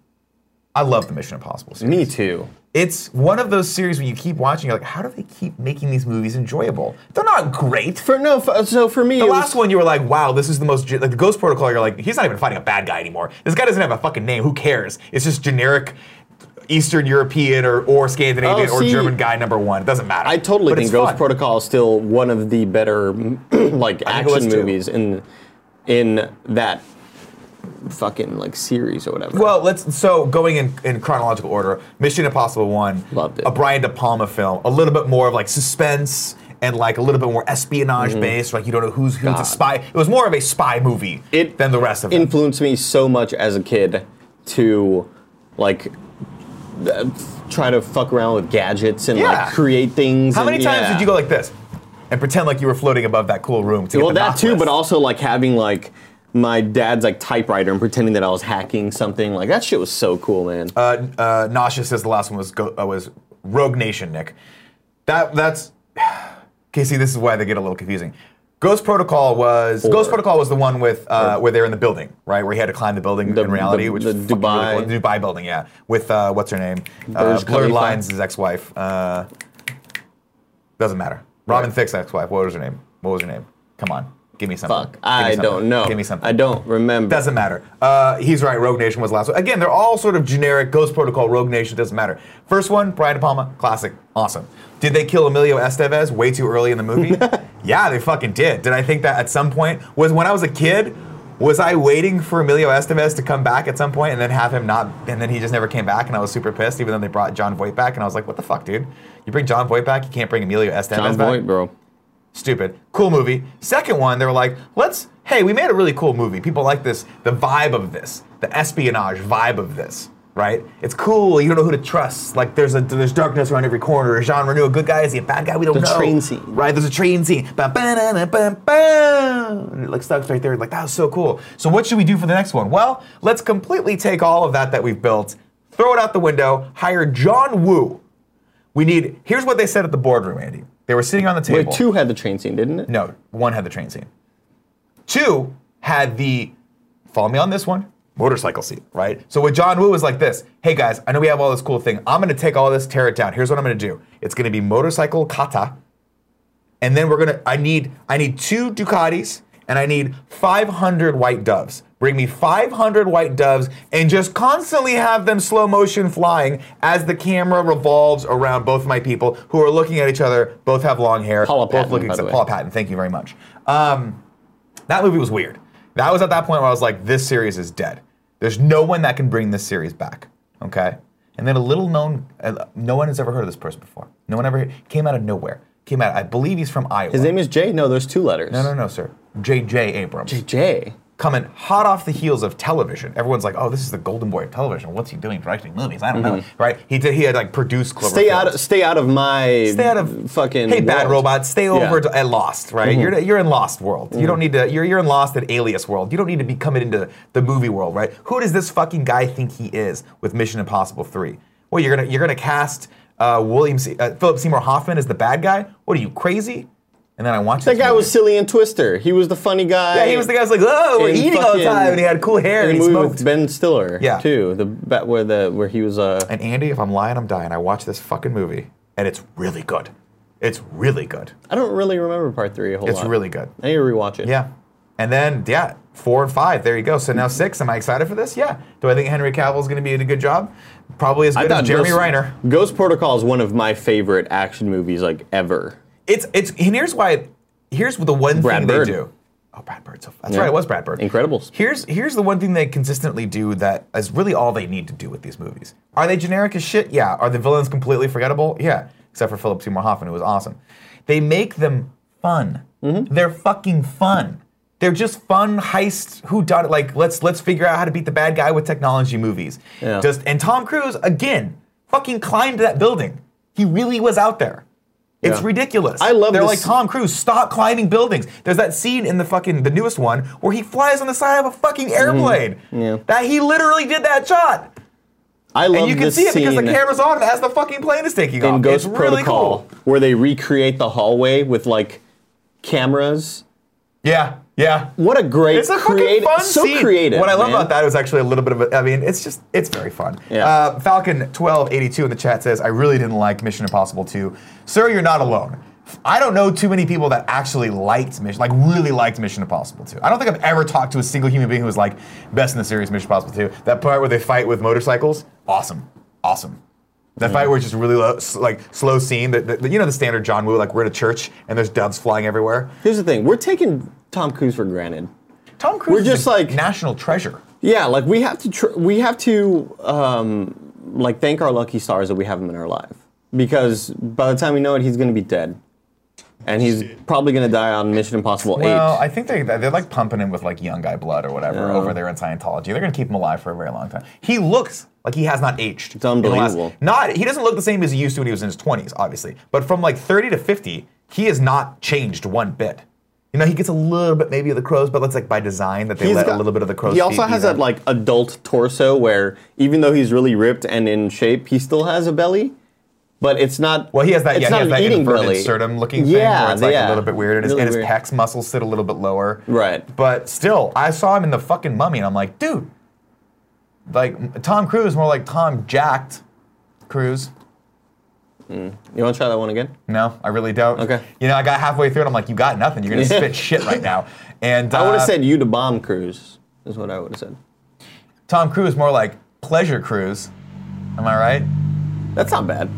Speaker 2: I love the Mission Impossible series.
Speaker 1: me too.
Speaker 2: It's one of those series where you keep watching. You're like, how do they keep making these movies enjoyable? They're not great.
Speaker 1: For no, f- so for me,
Speaker 2: The
Speaker 1: it
Speaker 2: last
Speaker 1: was,
Speaker 2: one, you were like, wow, this is the most. ge- Like, the Ghost Protocol, you're like, he's not even fighting a bad guy anymore. This guy doesn't have a fucking name. Who cares? It's just generic Eastern European or, or Scandinavian
Speaker 1: Oh,
Speaker 2: or
Speaker 1: see,
Speaker 2: German guy number one. It doesn't matter.
Speaker 1: I totally
Speaker 2: But it's
Speaker 1: think Ghost
Speaker 2: fun.
Speaker 1: Protocol is still one of the better like
Speaker 2: think it was
Speaker 1: action
Speaker 2: too.
Speaker 1: movies in in that fucking like series or whatever.
Speaker 2: Well, let's so going in, in chronological order. Mission Impossible One,
Speaker 1: Loved it.
Speaker 2: a Brian De Palma film, a little bit more of like suspense and like a little bit more espionage based. Like you don't know who's who's
Speaker 1: Mm-hmm. God.
Speaker 2: a spy. It was more of a spy movie
Speaker 1: It
Speaker 2: than the rest of them.
Speaker 1: influenced me so much as a kid to like th- try to fuck around with gadgets and
Speaker 2: Yeah.
Speaker 1: like create things.
Speaker 2: How
Speaker 1: and-
Speaker 2: many times
Speaker 1: yeah.
Speaker 2: did you go like this and pretend like you were floating above that cool room? To
Speaker 1: well,
Speaker 2: get the
Speaker 1: that
Speaker 2: knock
Speaker 1: too,
Speaker 2: list?
Speaker 1: but also like having like my dad's like typewriter and pretending that I was hacking something. Like that shit was so cool, man.
Speaker 2: uh, uh, Nasha says the last one was go- uh, was Rogue Nation, Nick. That that's Casey. This is why they get a little confusing. Ghost Protocol was Ghost Protocol was the one with uh, where they're in the building, right? Where he had to climb the building
Speaker 1: The-
Speaker 2: in reality,
Speaker 1: the-
Speaker 2: which
Speaker 1: the
Speaker 2: was fucking really cool.
Speaker 1: Dubai.
Speaker 2: the Dubai building, yeah. With uh, what's her name? Uh,
Speaker 1: Burj
Speaker 2: Blurred
Speaker 1: Khalifa.
Speaker 2: Lines, his ex-wife. Uh, doesn't matter. Robin Thicke's ex-wife. What was her name? What was her name? Come on, give me something.
Speaker 1: Fuck,
Speaker 2: Give me
Speaker 1: I don't
Speaker 2: something.
Speaker 1: know.
Speaker 2: Give me something.
Speaker 1: I don't remember.
Speaker 2: Doesn't matter. Uh, he's right. Rogue Nation was the last one. Again, they're all sort of generic. Ghost Protocol, Rogue Nation doesn't matter. First one, Brian De Palma, classic, awesome. Did they kill Emilio Estevez way too early in the movie? yeah, they fucking did. Did I think that at some point was when I was a kid? Was I waiting for Emilio Estevez to come back at some point and then have him not, and then he just never came back, and I was super pissed. Even though they brought John Voight back, and I was like, "What the fuck, dude? You bring John Voight back, you can't bring Emilio Estevez
Speaker 1: John
Speaker 2: back."
Speaker 1: Voight, bro.
Speaker 2: stupid. Cool movie. Second one, they were like, let's, hey, we made a really cool movie. People like this, the vibe of this, the espionage vibe of this, right? It's cool. You don't know who to trust. Like there's a there's darkness around every corner. Is Jean Reno a good guy? Is he a bad guy? We don't
Speaker 1: The
Speaker 2: know.
Speaker 1: train scene.
Speaker 2: Right, there's a train scene. Ba- ba- da- da- ba- ba. And It like stops right there. Like that was so cool. So what should we do for the next one? Well, let's completely take all of that that we've built, throw it out the window, hire John Woo. We need. Here's what they said at the boardroom, Andy. They were sitting on the table.
Speaker 1: Wait, two had the train scene, didn't it?
Speaker 2: No, one had the train scene. Two had the follow me on this one motorcycle scene, right? So what John Woo was like this, hey guys, I know we have all this cool thing. I'm gonna take all this, tear it down. Here's what I'm gonna do. It's gonna be motorcycle kata, and then we're gonna. I need I need two Ducatis and I need 500 white doves. Bring me 500 white doves and just constantly have them slow motion flying as the camera revolves around both my people who are looking at each other. Both have long hair.
Speaker 1: Paula
Speaker 2: both
Speaker 1: Patton,
Speaker 2: looking
Speaker 1: by
Speaker 2: at
Speaker 1: the way.
Speaker 2: Paula Patton. Thank you very much. Um, that movie was weird. That was at that point where I was like, this series is dead. There's no one that can bring this series back. Okay? And then a little known, uh, no one has ever heard of this person before. No one ever came out of nowhere. Came out, I believe he's from Iowa.
Speaker 1: His name is Jay. No, there's two letters.
Speaker 2: No, no, no, sir. J.J. Abrams.
Speaker 1: Jay.
Speaker 2: Coming hot off the heels of television. Everyone's like, oh, this is the golden boy of television. What's he doing directing movies? I don't know. Right? He did, he had like produced Cloverfield.
Speaker 1: Mm-hmm. Stay out. Of, stay out of my.
Speaker 2: Stay out of
Speaker 1: fucking.
Speaker 2: Hey,
Speaker 1: world.
Speaker 2: bad
Speaker 1: Mm-hmm.
Speaker 2: robot, stay over to, at Lost, right? You're you're in Lost world. You don't need to. You're you're in Lost at Alias world. You don't need to be coming into the movie world, right? Who does this fucking guy think he is with Mission Impossible Three? Well, you're gonna you're gonna cast uh, William Se- uh, Philip Seymour Hoffman as the bad guy. What are you crazy? And then I watched
Speaker 1: That
Speaker 2: this
Speaker 1: guy
Speaker 2: movie.
Speaker 1: was silly in Twister. He was the funny guy.
Speaker 2: Yeah, he was the guy who's like, oh, we're
Speaker 1: in
Speaker 2: eating all the
Speaker 1: fucking-
Speaker 2: time, and he had cool hair
Speaker 1: in
Speaker 2: and he
Speaker 1: the movie
Speaker 2: smoked.
Speaker 1: with Ben Stiller.
Speaker 2: Yeah.
Speaker 1: Too the ba- where the where he was uh
Speaker 2: and Andy, if I'm lying, I'm dying. I watched this fucking movie, and it's really good. It's really good.
Speaker 1: I don't really remember part three a whole
Speaker 2: It's
Speaker 1: lot.
Speaker 2: really good.
Speaker 1: I need to rewatch it.
Speaker 2: Yeah. And then, yeah, four and five. There you go. So now six. Am I excited for this? Yeah. Do I think Henry Cavill's going to be in a good job? Probably as
Speaker 1: I
Speaker 2: good
Speaker 1: thought
Speaker 2: as Jeremy
Speaker 1: Ghost,
Speaker 2: Reiner.
Speaker 1: Ghost Protocol is one of my favorite action movies like ever.
Speaker 2: It's it's and here's why. Here's the one
Speaker 1: Brad
Speaker 2: thing
Speaker 1: Bird.
Speaker 2: they do. Oh, Brad Bird. So that's
Speaker 1: Yeah.
Speaker 2: right. It was Brad Bird.
Speaker 1: Incredibles.
Speaker 2: Here's here's the one thing they consistently do that is really all they need to do with these movies. Are they generic as shit? Yeah. Are the villains completely forgettable? Yeah. Except for Philip Seymour Hoffman, who was awesome. They make them fun.
Speaker 1: Mm-hmm.
Speaker 2: They're fucking fun. They're just fun heist who done it like let's let's figure out how to beat the bad guy with technology movies.
Speaker 1: Yeah.
Speaker 2: Just and Tom Cruise again fucking climbed that building. He really was out there. It's
Speaker 1: Yeah.
Speaker 2: ridiculous.
Speaker 1: I love
Speaker 2: They're
Speaker 1: this-
Speaker 2: like Tom Cruise, stop climbing buildings. There's that scene in the fucking the newest one where he flies on the side of a fucking airplane.
Speaker 1: Mm-hmm. Yeah.
Speaker 2: That he literally did that shot.
Speaker 1: I love
Speaker 2: And you can
Speaker 1: this
Speaker 2: see it because the
Speaker 1: scene
Speaker 2: camera's on him as the fucking plane is taking off.
Speaker 1: in Ghost
Speaker 2: it's really
Speaker 1: Protocol
Speaker 2: cool.
Speaker 1: where they recreate the hallway with like cameras.
Speaker 2: Yeah, yeah.
Speaker 1: What a great
Speaker 2: It's a fucking
Speaker 1: creative,
Speaker 2: fun
Speaker 1: so
Speaker 2: scene.
Speaker 1: creative.
Speaker 2: What I love
Speaker 1: man.
Speaker 2: about that was actually a little bit of a, I mean, it's just, it's very fun.
Speaker 1: Yeah.
Speaker 2: Uh, Falcon twelve eighty two in the chat says, I really didn't like Mission Impossible two. Sir, you're not alone. I don't know too many people that actually liked Mission, like really liked Mission Impossible 2. I don't think I've ever talked to a single human being who was like, best in the series, Mission Impossible 2. That part where they fight with motorcycles, awesome, awesome. That fight where it's just really low, s- like slow scene. The, the- you know the standard John Woo, like we're at a church and there's doves flying everywhere.
Speaker 1: Here's the thing: we're taking Tom Cruise for granted.
Speaker 2: Tom Cruise
Speaker 1: We're
Speaker 2: is
Speaker 1: just
Speaker 2: a
Speaker 1: like-
Speaker 2: national treasure.
Speaker 1: Yeah, like we have to tr- we have to um, like thank our lucky stars that we have him in our life because by the time we know it, he's going to be dead, and he's probably going to die on Mission Impossible
Speaker 2: Well,
Speaker 1: Eight.
Speaker 2: I think they they're like pumping him with like young guy blood or whatever
Speaker 1: Yeah.
Speaker 2: over there in Scientology. They're gonna keep him alive for a very long time. He looks like he has not aged. It's
Speaker 1: unbelievable.
Speaker 2: not he doesn't look the same as he used to when he was in his twenties, obviously. But from like thirty to fifty, he has not changed one bit. You know, he gets a little bit maybe of the crows, but that's like by design that they
Speaker 1: He's
Speaker 2: let a
Speaker 1: got-
Speaker 2: little bit of the crows.
Speaker 1: He also
Speaker 2: feet be
Speaker 1: has
Speaker 2: there.
Speaker 1: that like adult torso where even though he's really ripped and in shape, he still has a belly, but it's not.
Speaker 2: Well, he has that,
Speaker 1: It's
Speaker 2: yeah,
Speaker 1: not
Speaker 2: he has
Speaker 1: an
Speaker 2: that
Speaker 1: eating
Speaker 2: inverted
Speaker 1: belly.
Speaker 2: sternum looking thing
Speaker 1: yeah,
Speaker 2: where it's like
Speaker 1: yeah.
Speaker 2: a little bit weird, and his,
Speaker 1: Really
Speaker 2: and his
Speaker 1: weird.
Speaker 2: pecs muscles sit a little bit lower.
Speaker 1: Right.
Speaker 2: But still, I saw him in the fucking mummy, and I'm like, dude, like m- Tom Cruise, more like Tom Jacked Cruise.
Speaker 1: You want to try that one again?
Speaker 2: No, I really don't.
Speaker 1: Okay.
Speaker 2: You know, I got halfway through it, I'm like, you got nothing. You're gonna
Speaker 1: Yeah.
Speaker 2: spit shit right now. And
Speaker 1: I would
Speaker 2: uh,
Speaker 1: have said you to bomb cruise is what I would have said.
Speaker 2: Tom Cruise, more like Pleasure Cruise. Am I right?
Speaker 1: That's not bad.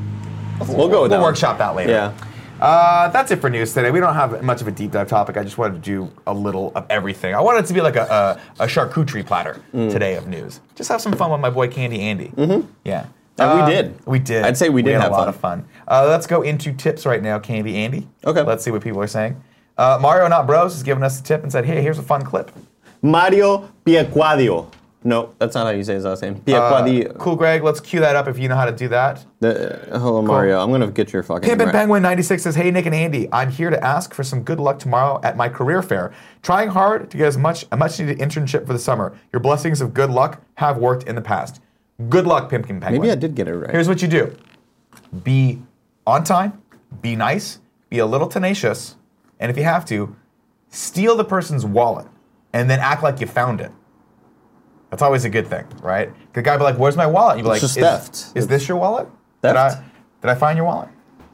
Speaker 1: We'll go with that. one.
Speaker 2: We'll workshop that later.
Speaker 1: Yeah.
Speaker 2: Uh, that's it for news today. We don't have much of a deep dive topic. I just wanted to do a little of everything. I wanted it to be like a, a, a charcuterie platter today of news. Just have some fun with my boy Candy Andy. Mm-hmm. Yeah.
Speaker 1: And we
Speaker 2: Uh,
Speaker 1: did.
Speaker 2: We did.
Speaker 1: I'd say we did
Speaker 2: had
Speaker 1: have
Speaker 2: a lot
Speaker 1: fun.
Speaker 2: of fun. Uh, let's go into tips right now, Candy Andy.
Speaker 1: Okay.
Speaker 2: Let's see what people are saying. Uh, Mario Not Bros has given us a tip and said, hey, here's a fun clip.
Speaker 1: Mario Piaquadio. No, that's not how you say his last
Speaker 2: Uh,
Speaker 1: name. Piaquadio.
Speaker 2: Cool, Greg. Let's cue that up if you know how to do that.
Speaker 1: The- uh, hello, Mario. I'm gonna get your fucking.
Speaker 2: Pimpin'
Speaker 1: rap.
Speaker 2: Penguin 96 says, Hey, Nick and Andy, I'm here to ask for some good luck tomorrow at my career fair. Trying hard to get as much a much needed internship for the summer. Your blessings of good luck have worked in the past. Good luck, Pimpkin Penguin.
Speaker 1: Maybe I did get it right.
Speaker 2: Here's what you do be on time, be nice, be a little tenacious, and if you have to, steal the person's wallet and then act like you found it. That's always a good thing, right? The guy be like, "Where's my wallet?" You'd be like,
Speaker 1: just
Speaker 2: "Is-
Speaker 1: theft.
Speaker 2: Is, this your wallet? Did
Speaker 1: Theft.
Speaker 2: I did I find your wallet?"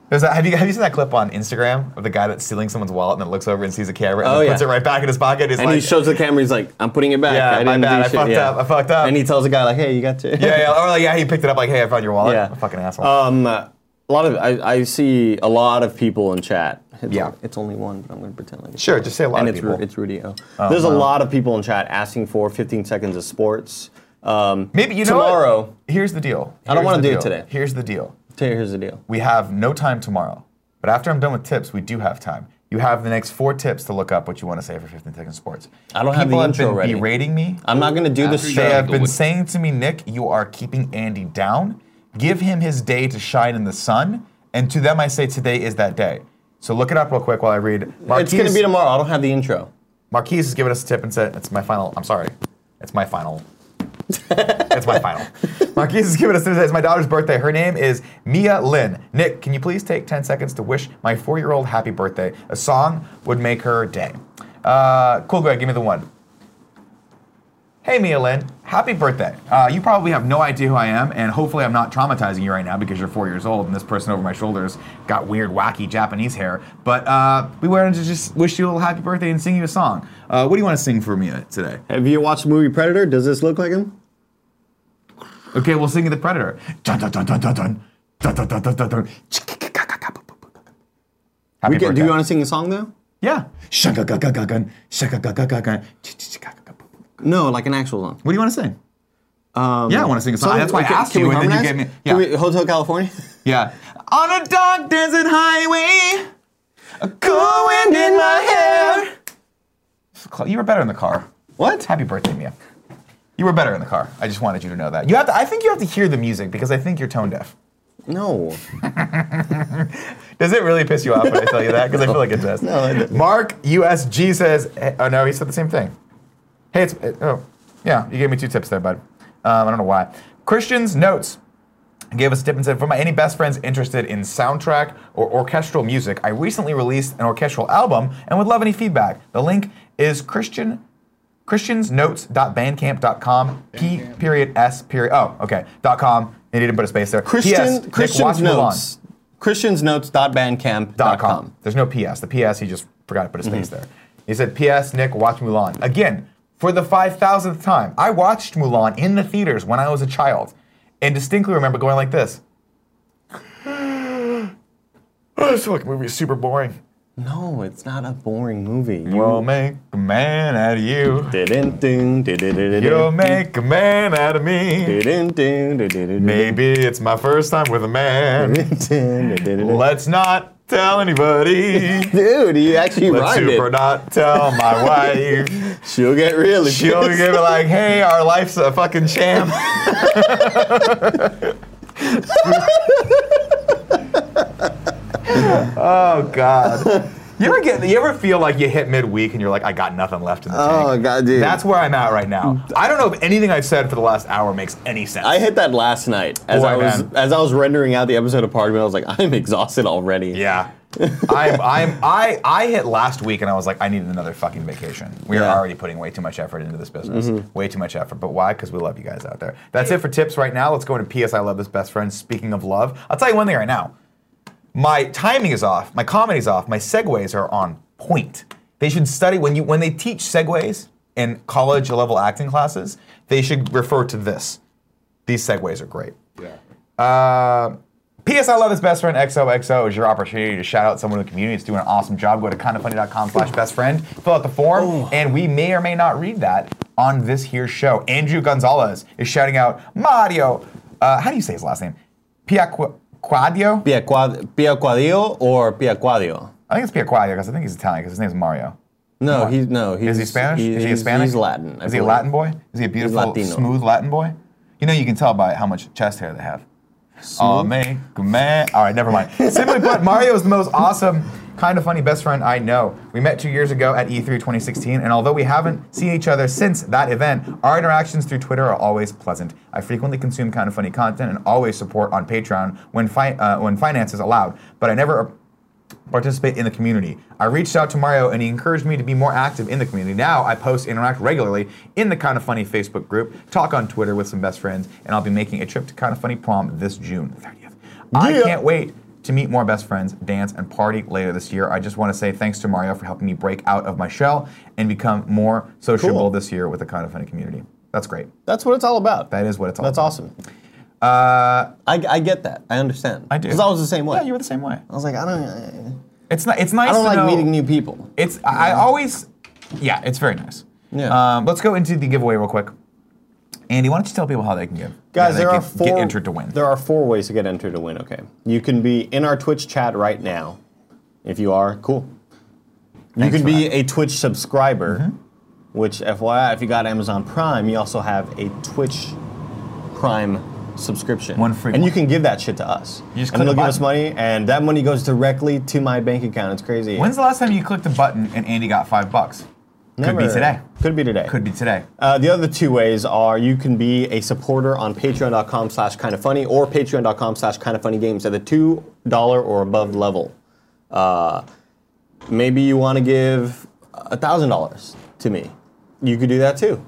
Speaker 2: There's that, have you have you seen that clip on Instagram of the guy that's stealing someone's wallet and then looks over and sees a camera and
Speaker 1: Oh,
Speaker 2: then puts it
Speaker 1: yeah.
Speaker 2: right back in his pocket? He's
Speaker 1: and
Speaker 2: like,
Speaker 1: he shows the camera. He's like, "I'm putting it back.
Speaker 2: Yeah,
Speaker 1: I didn't
Speaker 2: my bad.
Speaker 1: do
Speaker 2: I
Speaker 1: shit."
Speaker 2: fucked
Speaker 1: yeah.
Speaker 2: up. I fucked up.
Speaker 1: And he tells the guy like, "Hey, you got to."
Speaker 2: yeah, yeah, or like, yeah, he picked it up like, "Hey, I found your wallet."
Speaker 1: Yeah.
Speaker 2: fucking asshole.
Speaker 1: Um, a lot of I, I see a lot of people in chat. It's
Speaker 2: Yeah.
Speaker 1: on- it's only one, but I'm gonna pretend like it's
Speaker 2: Sure, just say a lot
Speaker 1: and
Speaker 2: of
Speaker 1: it's,
Speaker 2: people. Oh,
Speaker 1: Ru- it's Rudy O. There's a lot of people in chat asking for 15 seconds of sports. Um,
Speaker 2: Maybe you know what?
Speaker 1: tomorrow.
Speaker 2: Here's the deal.
Speaker 1: I don't
Speaker 2: Here's
Speaker 1: wanna
Speaker 2: the
Speaker 1: do it
Speaker 2: deal.
Speaker 1: today.
Speaker 2: Here's the deal.
Speaker 1: Tell you, here's the deal.
Speaker 2: We have no time tomorrow, but after I'm done with tips, we do have time. You have the next four tips to look up what you want to say for 15 seconds sports.
Speaker 1: I don't have
Speaker 2: People
Speaker 1: the
Speaker 2: have
Speaker 1: intro
Speaker 2: been
Speaker 1: ready.
Speaker 2: berating me.
Speaker 1: I'm not gonna do this
Speaker 9: After you
Speaker 1: show.
Speaker 2: they have
Speaker 9: the
Speaker 2: been
Speaker 9: win-
Speaker 2: saying to me, Nick, you are keeping Andy down. Give him his day to shine in the sun. And to them, I say, today is that day. So look it up real quick while I read.
Speaker 1: It's gonna be tomorrow. I don't have the intro.
Speaker 2: Marquise has given us a tip and said, "It's my final." I'm sorry, it's my final. it's my final. Marquise has given us a tip. and said, It's my daughter's birthday. Her name is Mia Lynn. Nick, can you please take 10 seconds to wish my four-year-old happy birthday? A song would make her day. Uh, cool, Greg. Give me the one. Hey, Mia Lynn. Happy birthday. Uh, you probably have no idea who I am, and hopefully I'm not traumatizing you right now because you're four years old and this person over my shoulders got weird, wacky Japanese hair. But uh, we wanted to just wish you a little happy birthday and sing you a song. Uh, what do you want to sing for Mia today?
Speaker 1: Have you watched the movie Predator? Does this look like him?
Speaker 2: Okay, we'll sing The Predator. Dun, dun, dun, dun, dun, dun. Dun, dun, dun, dun, dun, dun. Happy
Speaker 1: We get, do
Speaker 2: birthday.
Speaker 1: you want to sing a song though?
Speaker 2: Yeah.
Speaker 1: No, like an actual song.
Speaker 2: What do you want to sing? yeah, I want to sing a song. That's why I
Speaker 1: okay,
Speaker 2: asked
Speaker 1: can
Speaker 2: you,
Speaker 1: we
Speaker 2: and then you
Speaker 1: harmonize?
Speaker 2: gave me. Yeah.
Speaker 1: Can we- Hotel California.
Speaker 2: Yeah. On a dark desert highway, a cool wind in my hair. You were better in the car.
Speaker 1: What?
Speaker 2: Happy birthday, Mia. You were better in the car. I just wanted you to know that. You have to. I think you have to hear the music because I think you're tone deaf.
Speaker 1: No.
Speaker 2: Does it really piss you off when I tell you that? Because I feel like it does.
Speaker 1: No, it doesn't.
Speaker 2: Mark USG says. eh, Oh no, he said the same thing. Hey, it's eh, oh yeah. You gave me two tips there, bud. Um, I don't know why. Christian's notes gave us a tip and said, for my any best friends interested in soundtrack or orchestral music, I recently released an orchestral album and would love any feedback. The link is Christian christiansnotes.bandcamp.com p period s period oh okay dot com they didn't put a space there
Speaker 1: Christian
Speaker 2: PS,
Speaker 1: Christian's
Speaker 2: Nick, watch Mulan.
Speaker 1: notes. Christiansnotes.bandcamp.com.
Speaker 2: .com. There's no PS. The PS, he just forgot to put a space there. He said, PS, Nick, watch Mulan. Again, for the 5,000th time, I watched Mulan in the theaters when I was a child and distinctly remember going like this. oh, this fucking movie is super boring.
Speaker 1: No, it's not a boring movie. You
Speaker 2: We'll make a man out of you.
Speaker 1: didn't ding
Speaker 2: You'll make a man out of me.
Speaker 1: didn't ding didn't
Speaker 2: Maybe it's my first time with a man. Let's not tell anybody.
Speaker 1: Dude, you actually
Speaker 2: Let's
Speaker 1: rhymed
Speaker 2: super
Speaker 1: it.
Speaker 2: not tell my wife.
Speaker 1: She'll get really
Speaker 2: She'll be
Speaker 1: pissed.
Speaker 2: gonna be like, hey, our life's a fucking sham. oh God. You ever get you ever feel like you hit midweek and you're like, I got nothing left in the tank?
Speaker 1: Oh god, dude.
Speaker 2: That's where I'm at right now. I don't know if anything I've said for the last hour makes any sense.
Speaker 1: I hit that last night as
Speaker 2: Boy,
Speaker 1: I was
Speaker 2: man.
Speaker 1: as I was rendering out the episode of Party Mode. I was like, I'm exhausted already.
Speaker 2: Yeah. I'm, I'm, I, I hit last week and I was like, I need another fucking vacation. We
Speaker 1: Yeah.
Speaker 2: are already putting way too much effort into this business. Way too much effort. But why? Because we love you guys out there. That's it for tips right now. Let's go into PS I Love This Best Friend. Speaking of love, I'll tell you one thing right now. My timing is off. My comedy's off. My segues are on point. They should study when you when they teach segues in college level acting classes. They should refer to this. These segues are great.
Speaker 9: Yeah.
Speaker 2: Uh, PS I Love His Best Friend XOXO is your opportunity to shout out someone in the community that's doing an awesome job. Go to kindoffunny.com slash best friend, fill out the form, and we may or may not read that on this here show. Andrew Gonzalez is shouting out Mario. Uh, how do you say his last name? Piacquadio?
Speaker 1: Pia Piaquadio or Piaquadio?
Speaker 2: I think it's Piacquadio because I think he's Italian because his name's Mario.
Speaker 1: No, he's no. He's,
Speaker 2: Is he Spanish?
Speaker 1: he-
Speaker 2: is he
Speaker 1: he's-
Speaker 2: Hispanic?
Speaker 1: He's Latin. I
Speaker 2: is he a
Speaker 1: believe.
Speaker 2: Latin boy? Is he a beautiful,
Speaker 1: Latino.
Speaker 2: smooth Latin boy? You know, you can tell by how much chest hair they have. Oh, man, man. All right, never mind. Simply put, Mario is the most awesome, kind of funny best friend I know. We met two years ago at E E3 2016, and although we haven't seen each other since that event, our interactions through Twitter are always pleasant. I frequently consume kind of funny content and always support on Patreon when fi- uh, when finances allowed, but I never participate in the community. I reached out to Mario and he encouraged me to be more active in the community. Now I post, interact regularly in the Kind of Funny Facebook group, talk on Twitter with some best friends, and I'll be making a trip to Kind of Funny Prom this June 30th. I
Speaker 1: Yeah.
Speaker 2: can't wait to meet more best friends, dance, and party later this year. I just want to say thanks to Mario for helping me break out of my shell and become more sociable
Speaker 1: Cool.
Speaker 2: this year with the Kind of Funny community. That's great.
Speaker 1: That's what it's all about.
Speaker 2: That is what it's all
Speaker 1: That's
Speaker 2: about.
Speaker 1: awesome. I, I get that. I understand.
Speaker 2: I do.
Speaker 1: Because I was the same way.
Speaker 2: Yeah, you were the same way.
Speaker 1: I was like, I don't. I
Speaker 2: It's not. It's nice.
Speaker 1: don't
Speaker 2: to
Speaker 1: like
Speaker 2: know-
Speaker 1: meeting new people.
Speaker 2: It's I I always, yeah, it's very nice.
Speaker 1: Yeah.
Speaker 2: Um, let's go into the giveaway real quick. Andy, why don't you tell people how they can give?
Speaker 1: Guys,
Speaker 2: how they
Speaker 1: there
Speaker 2: can
Speaker 1: are four.
Speaker 2: Get entered to win.
Speaker 1: There are four ways to get entered to win. Okay, you can be in our Twitch chat right now. If you are, cool. You
Speaker 2: Thanks
Speaker 1: can
Speaker 2: for Mm-hmm.
Speaker 1: be a Twitch subscriber, which, FYI, if you got Amazon Prime, you also have a Twitch Prime subscription.
Speaker 2: One free
Speaker 1: And
Speaker 2: one.
Speaker 1: you can give that shit to us.
Speaker 2: You just
Speaker 1: and
Speaker 2: click
Speaker 1: they'll
Speaker 2: a
Speaker 1: give us
Speaker 2: button.
Speaker 1: money, and that money goes directly to my bank account. It's crazy.
Speaker 2: When's the last time you clicked a button and Andy got five bucks? Could be
Speaker 1: Never.
Speaker 2: today.
Speaker 1: Could be today.
Speaker 2: Could be today.
Speaker 1: Uh, the other two ways are you can be a supporter on patreon.com slash kind of funny or patreon.com slash kind of funny games at the $2 or above level. Uh, maybe you want to give $1,000 to me. You could do that too.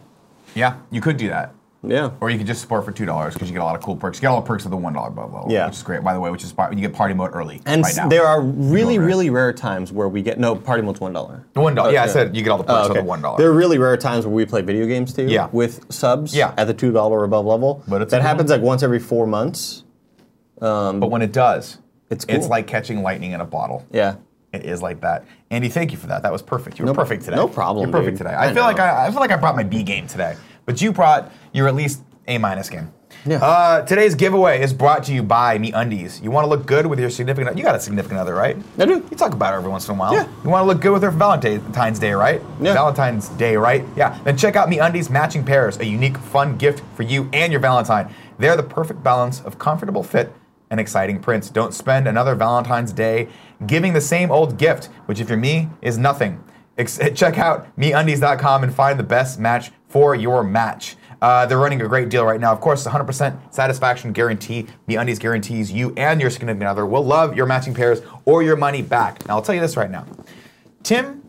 Speaker 2: Yeah, you could do that.
Speaker 1: Yeah.
Speaker 2: Or you could just support for two dollars because you get a lot of cool perks. You get all the perks of the one dollar above level,
Speaker 1: Yeah.
Speaker 2: which is great. By the way, which is part- you get party mode early.
Speaker 1: and
Speaker 2: right
Speaker 1: s-
Speaker 2: now.
Speaker 1: there are really,
Speaker 2: Go over it.
Speaker 1: really rare times where we get no party mode's one dollar.
Speaker 2: The one dollar.
Speaker 1: Oh,
Speaker 2: yeah, I
Speaker 1: yeah.
Speaker 2: said you get all the perks of the one dollar.
Speaker 1: There are really rare times where we play video games too.
Speaker 2: Yeah.
Speaker 1: With subs
Speaker 2: Yeah.
Speaker 1: at the two dollar above level.
Speaker 2: But it's a
Speaker 1: that
Speaker 2: good
Speaker 1: happens
Speaker 2: one.
Speaker 1: like once every four months.
Speaker 2: but when it does,
Speaker 1: It's
Speaker 2: it's
Speaker 1: cool.
Speaker 2: like catching lightning in a bottle.
Speaker 1: Yeah.
Speaker 2: It is like that. Andy, thank you for that. That was perfect. You were
Speaker 1: No-
Speaker 2: perfect today.
Speaker 1: no problem,
Speaker 2: You're perfect
Speaker 1: dude.
Speaker 2: today. I,
Speaker 1: I
Speaker 2: feel like
Speaker 1: know.
Speaker 2: I, I feel like I brought my B game today, but you brought your at least A minus game.
Speaker 1: Yeah.
Speaker 2: Uh, today's giveaway is brought to you by Me Undies. You want to look good with your significant other. You got a significant other, right?
Speaker 1: I do.
Speaker 2: You talk about her every once in a while.
Speaker 1: Yeah.
Speaker 2: You want to look good with her for Valentine's Day, right?
Speaker 1: Yeah.
Speaker 2: Valentine's Day, right? Yeah. Then check out Me Undies Matching Pairs, a unique, fun gift for you and your Valentine. They're the perfect balance of comfortable fit and exciting prints. Don't spend another Valentine's Day giving the same old gift, which, if you're me, is nothing. Ex- check out MeUndies.com and find the best match for your match. Uh, they're running a great deal right now. Of course, 100% satisfaction guarantee. MeUndies guarantees you and your significant other will love your matching pairs or your money back. Now, I'll tell you this right now. Tim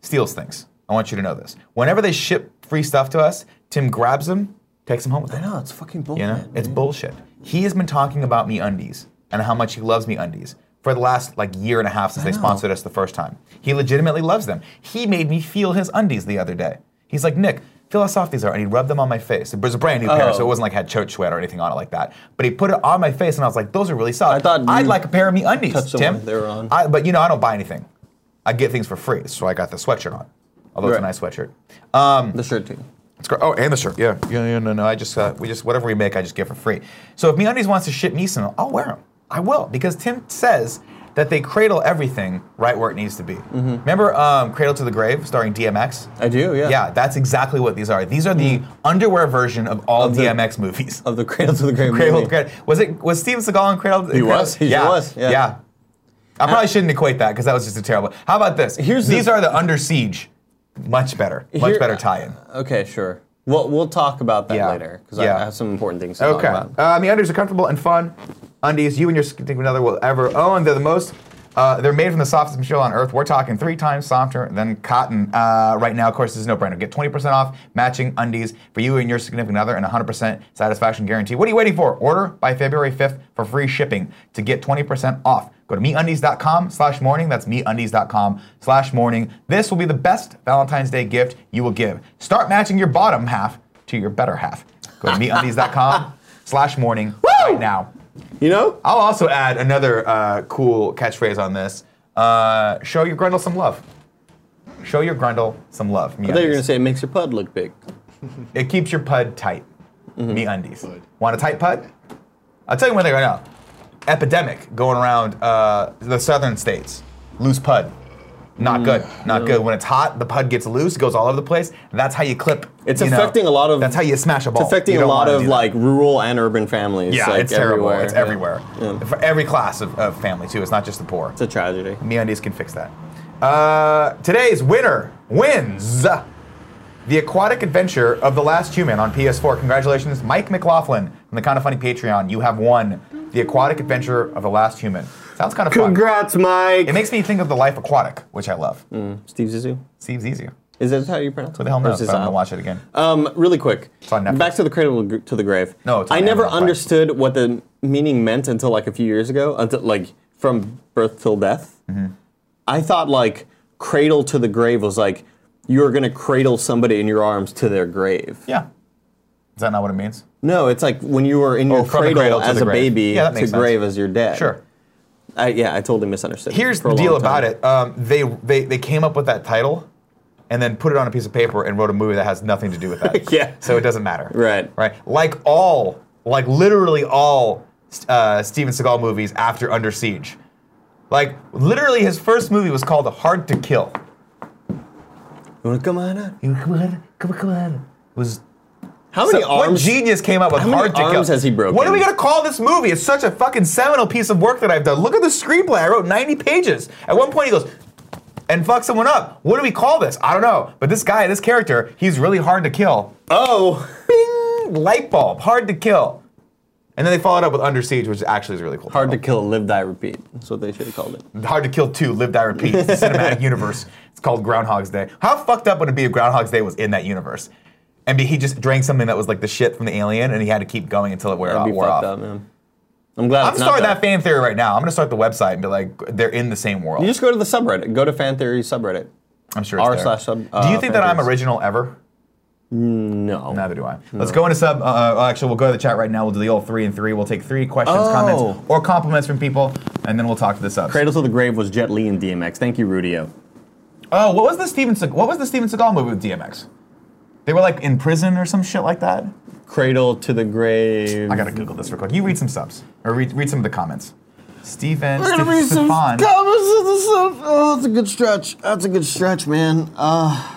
Speaker 2: steals things. I want you to know this. Whenever they ship free stuff to us, Tim grabs them, takes them home with him.
Speaker 1: No, it's fucking bullshit.
Speaker 2: You know, it's bullshit. He has been talking about me undies and how much he loves me undies for the last like year and a half since they sponsored us the first time. He legitimately loves them. He made me feel his undies the other day. He's like, Nick, feel how soft these are, and he rubbed them on my face. It was a brand new
Speaker 1: Oh.
Speaker 2: pair, so it wasn't like had church sweat or anything on it like that. But he put it on my face, and I was like, those are really soft.
Speaker 1: I thought
Speaker 2: I'd
Speaker 1: you
Speaker 2: like a pair of me undies,
Speaker 1: touched the
Speaker 2: Tim.
Speaker 1: one they were on.
Speaker 2: I, but you know, I don't buy anything. I get things for free. So I got the sweatshirt on, although it's a
Speaker 1: Right.
Speaker 2: nice sweatshirt.
Speaker 1: The shirt too.
Speaker 2: It's great. Oh, and the shirt. Yeah. Yeah. Yeah. No. No. I just uh, we just whatever we make, I just get for free. So if MeUndies wants to ship me some, I'll wear them. I will because Tim says that they cradle everything right where it needs to be. Remember um, Cradle to the Grave, starring DMX.
Speaker 1: I do, Mm-hmm. Uh, yeah. Mm-hmm.
Speaker 2: Yeah, that's exactly what these are. These are the underwear version of all
Speaker 1: the- Oh,
Speaker 2: DMX movies.
Speaker 1: Of the Cradle to the Grave.
Speaker 2: Cradle,
Speaker 1: movie.
Speaker 2: Cradle. Was it was Steven Seagal in Cradle?
Speaker 1: He was, he
Speaker 2: yeah.
Speaker 1: was, yeah. Uh,
Speaker 2: I probably shouldn't equate that because that was just a terrible. How about this?
Speaker 1: Here's the-
Speaker 2: these are the Under Siege. Much better. Much
Speaker 1: Here-
Speaker 2: better tie-in.
Speaker 1: Okay, sure. We'll we'll talk about that
Speaker 2: Yeah.
Speaker 1: later because
Speaker 2: Yeah.
Speaker 1: I have some important things to
Speaker 2: Okay.
Speaker 1: talk about.
Speaker 2: Um, the undies are comfortable and fun. Undies you and your significant other will ever own. They're the most. Uh, they're made from the softest material on earth. We're talking three times softer than cotton. Uh, right now, of course, this is no brainer. Get 20% off matching undies for you and your significant other and 100% satisfaction guarantee. What are you waiting for? Order by February 5th for free shipping to get 20% off. Go to meundies.com slash morning. That's meundies.com slash morning. This will be the best Valentine's Day gift you will give. Start matching your bottom half to your better half. Go to meetundies.com slash morning right now.
Speaker 1: You know,
Speaker 2: I'll also add another uh, cool catchphrase on this. Uh, show your grundle some love. Show your grundle some love.
Speaker 1: I thought you were gonna say it makes your pud look big.
Speaker 2: It keeps your pud tight.
Speaker 1: Mm-hmm.
Speaker 2: Me undies. Want a tight pud? I'll tell you one thing right now. Epidemic going around uh, the southern states. Loose pud.
Speaker 1: Mm.
Speaker 2: Not good. Not good. When it's hot, the pud gets loose, goes all over the place. That's how you clip.
Speaker 1: It's
Speaker 2: you know,
Speaker 1: affecting a lot of.
Speaker 2: That's how you smash a ball.
Speaker 1: It's affecting
Speaker 2: You
Speaker 1: a
Speaker 2: don't
Speaker 1: lot
Speaker 2: wanna
Speaker 1: of
Speaker 2: do that.
Speaker 1: like rural and urban families.
Speaker 2: Yeah,
Speaker 1: like,
Speaker 2: it's terrible.
Speaker 1: Everywhere.
Speaker 2: It's
Speaker 1: Yeah.
Speaker 2: everywhere. For every class of, of family, too. It's not just the poor.
Speaker 1: It's a tragedy.
Speaker 2: MeUndies can fix that. Uh, today's winner wins the aquatic adventure of the last human on PS4. Congratulations, Mike McLaughlin from the Kind of Funny Patreon. You have won the aquatic adventure of the last human. Sounds kind of fun.
Speaker 1: Congrats,
Speaker 2: It
Speaker 1: Mike.
Speaker 2: makes me think of the Life Aquatic, which I love.
Speaker 1: Mm. Steve Zissou.
Speaker 2: Seems easier.
Speaker 1: Is that how you pronounce it?
Speaker 2: What the hell
Speaker 1: Or
Speaker 2: knows?
Speaker 1: is
Speaker 2: But
Speaker 1: this
Speaker 2: I'm gonna
Speaker 1: out?
Speaker 2: watch it again.
Speaker 1: Um, really quick.
Speaker 2: on Netflix.
Speaker 1: Back to the cradle gr- to the grave.
Speaker 2: No, it's on
Speaker 1: I never
Speaker 2: Amazon Prime.
Speaker 1: understood what the meaning meant until like a few years ago. Until like from birth till death,
Speaker 2: Mm-hmm.
Speaker 1: I thought like cradle to the grave was like you were gonna cradle somebody in your arms to their grave.
Speaker 2: Yeah. Is that not what it means?
Speaker 1: No, it's like when you were in your
Speaker 2: Oh, from the
Speaker 1: cradle,
Speaker 2: cradle to
Speaker 1: as
Speaker 2: the
Speaker 1: a
Speaker 2: grave.
Speaker 1: baby
Speaker 2: Yeah, that
Speaker 1: to
Speaker 2: makes sense.
Speaker 1: grave as your dad.
Speaker 2: Sure.
Speaker 1: I, yeah, I totally misunderstood.
Speaker 2: Here's
Speaker 1: for
Speaker 2: the
Speaker 1: a long
Speaker 2: deal
Speaker 1: time.
Speaker 2: about it. Um, they, they they came up with that title, and then put it on a piece of paper and wrote a movie that has nothing to do with that.
Speaker 1: Yeah.
Speaker 2: So it doesn't matter.
Speaker 1: Right.
Speaker 2: Right. Like all, like literally all uh, Steven Seagal movies after Under Siege. Like literally, his first movie was called Hard to Kill.
Speaker 1: You wanna come on out?
Speaker 2: You come on, come on, come on. Was
Speaker 1: How many
Speaker 2: so
Speaker 1: arms?
Speaker 2: What genius came up with
Speaker 1: how many
Speaker 2: hard to kill?
Speaker 1: arms has he broken?
Speaker 2: What are we gonna call this movie? It's such a fucking seminal piece of work that I've done. Look at the screenplay. I wrote 90 pages. At one point, he goes and fucks someone up. What do we call this? I don't know. But this guy, this character, he's really hard to kill.
Speaker 1: oh,
Speaker 2: Bing! Light bulb, hard to kill. And then they followed up with Under Siege, which actually is a really cool.
Speaker 1: hard to
Speaker 2: title.
Speaker 1: kill, live, die, repeat. That's what they should have called it.
Speaker 2: Hard to Kill 2, Live, Die, Repeat. It's the cinematic universe. It's called Groundhog's Day. How fucked up would it be if Groundhog's Day was in that universe? And be- he just drank something that was like the shit from the alien and he had to keep going until it wore,
Speaker 1: That'd
Speaker 2: off,
Speaker 1: be
Speaker 2: wore off.
Speaker 1: fucked up, man. I'm glad.
Speaker 2: I'm
Speaker 1: it's not
Speaker 2: starting that fan theory right now. I'm going to start the website and be like, they're in the same world.
Speaker 1: You just go to the subreddit. Go to fan theory subreddit.
Speaker 2: I'm sure it's
Speaker 1: r
Speaker 2: there.
Speaker 1: slash sub,
Speaker 2: do
Speaker 1: uh,
Speaker 2: you think that I'm
Speaker 1: fan theories.
Speaker 2: original ever?
Speaker 1: No.
Speaker 2: Neither do I. Let's go into sub. Uh, uh, actually, we'll go to the chat right now. We'll do the old three and three. We'll take three questions,
Speaker 1: Oh.
Speaker 2: comments, or compliments from people, and then we'll talk to the subs.
Speaker 1: Cradle to the Grave was Jet Li and DMX. Thank you, Rudio.
Speaker 2: Oh, what was the Steven? Se- what was the Steven Seagal movie with DMX? They were like in prison or some shit like that.
Speaker 1: Cradle to the Grave.
Speaker 2: I gotta Google this real quick. You read some subs or read, read some of the comments. Steven,
Speaker 1: We're gonna
Speaker 2: Ste-
Speaker 1: read some
Speaker 2: Stefan.
Speaker 1: comments of the stuff. Oh, that's a good stretch. That's a good stretch, man. Uh,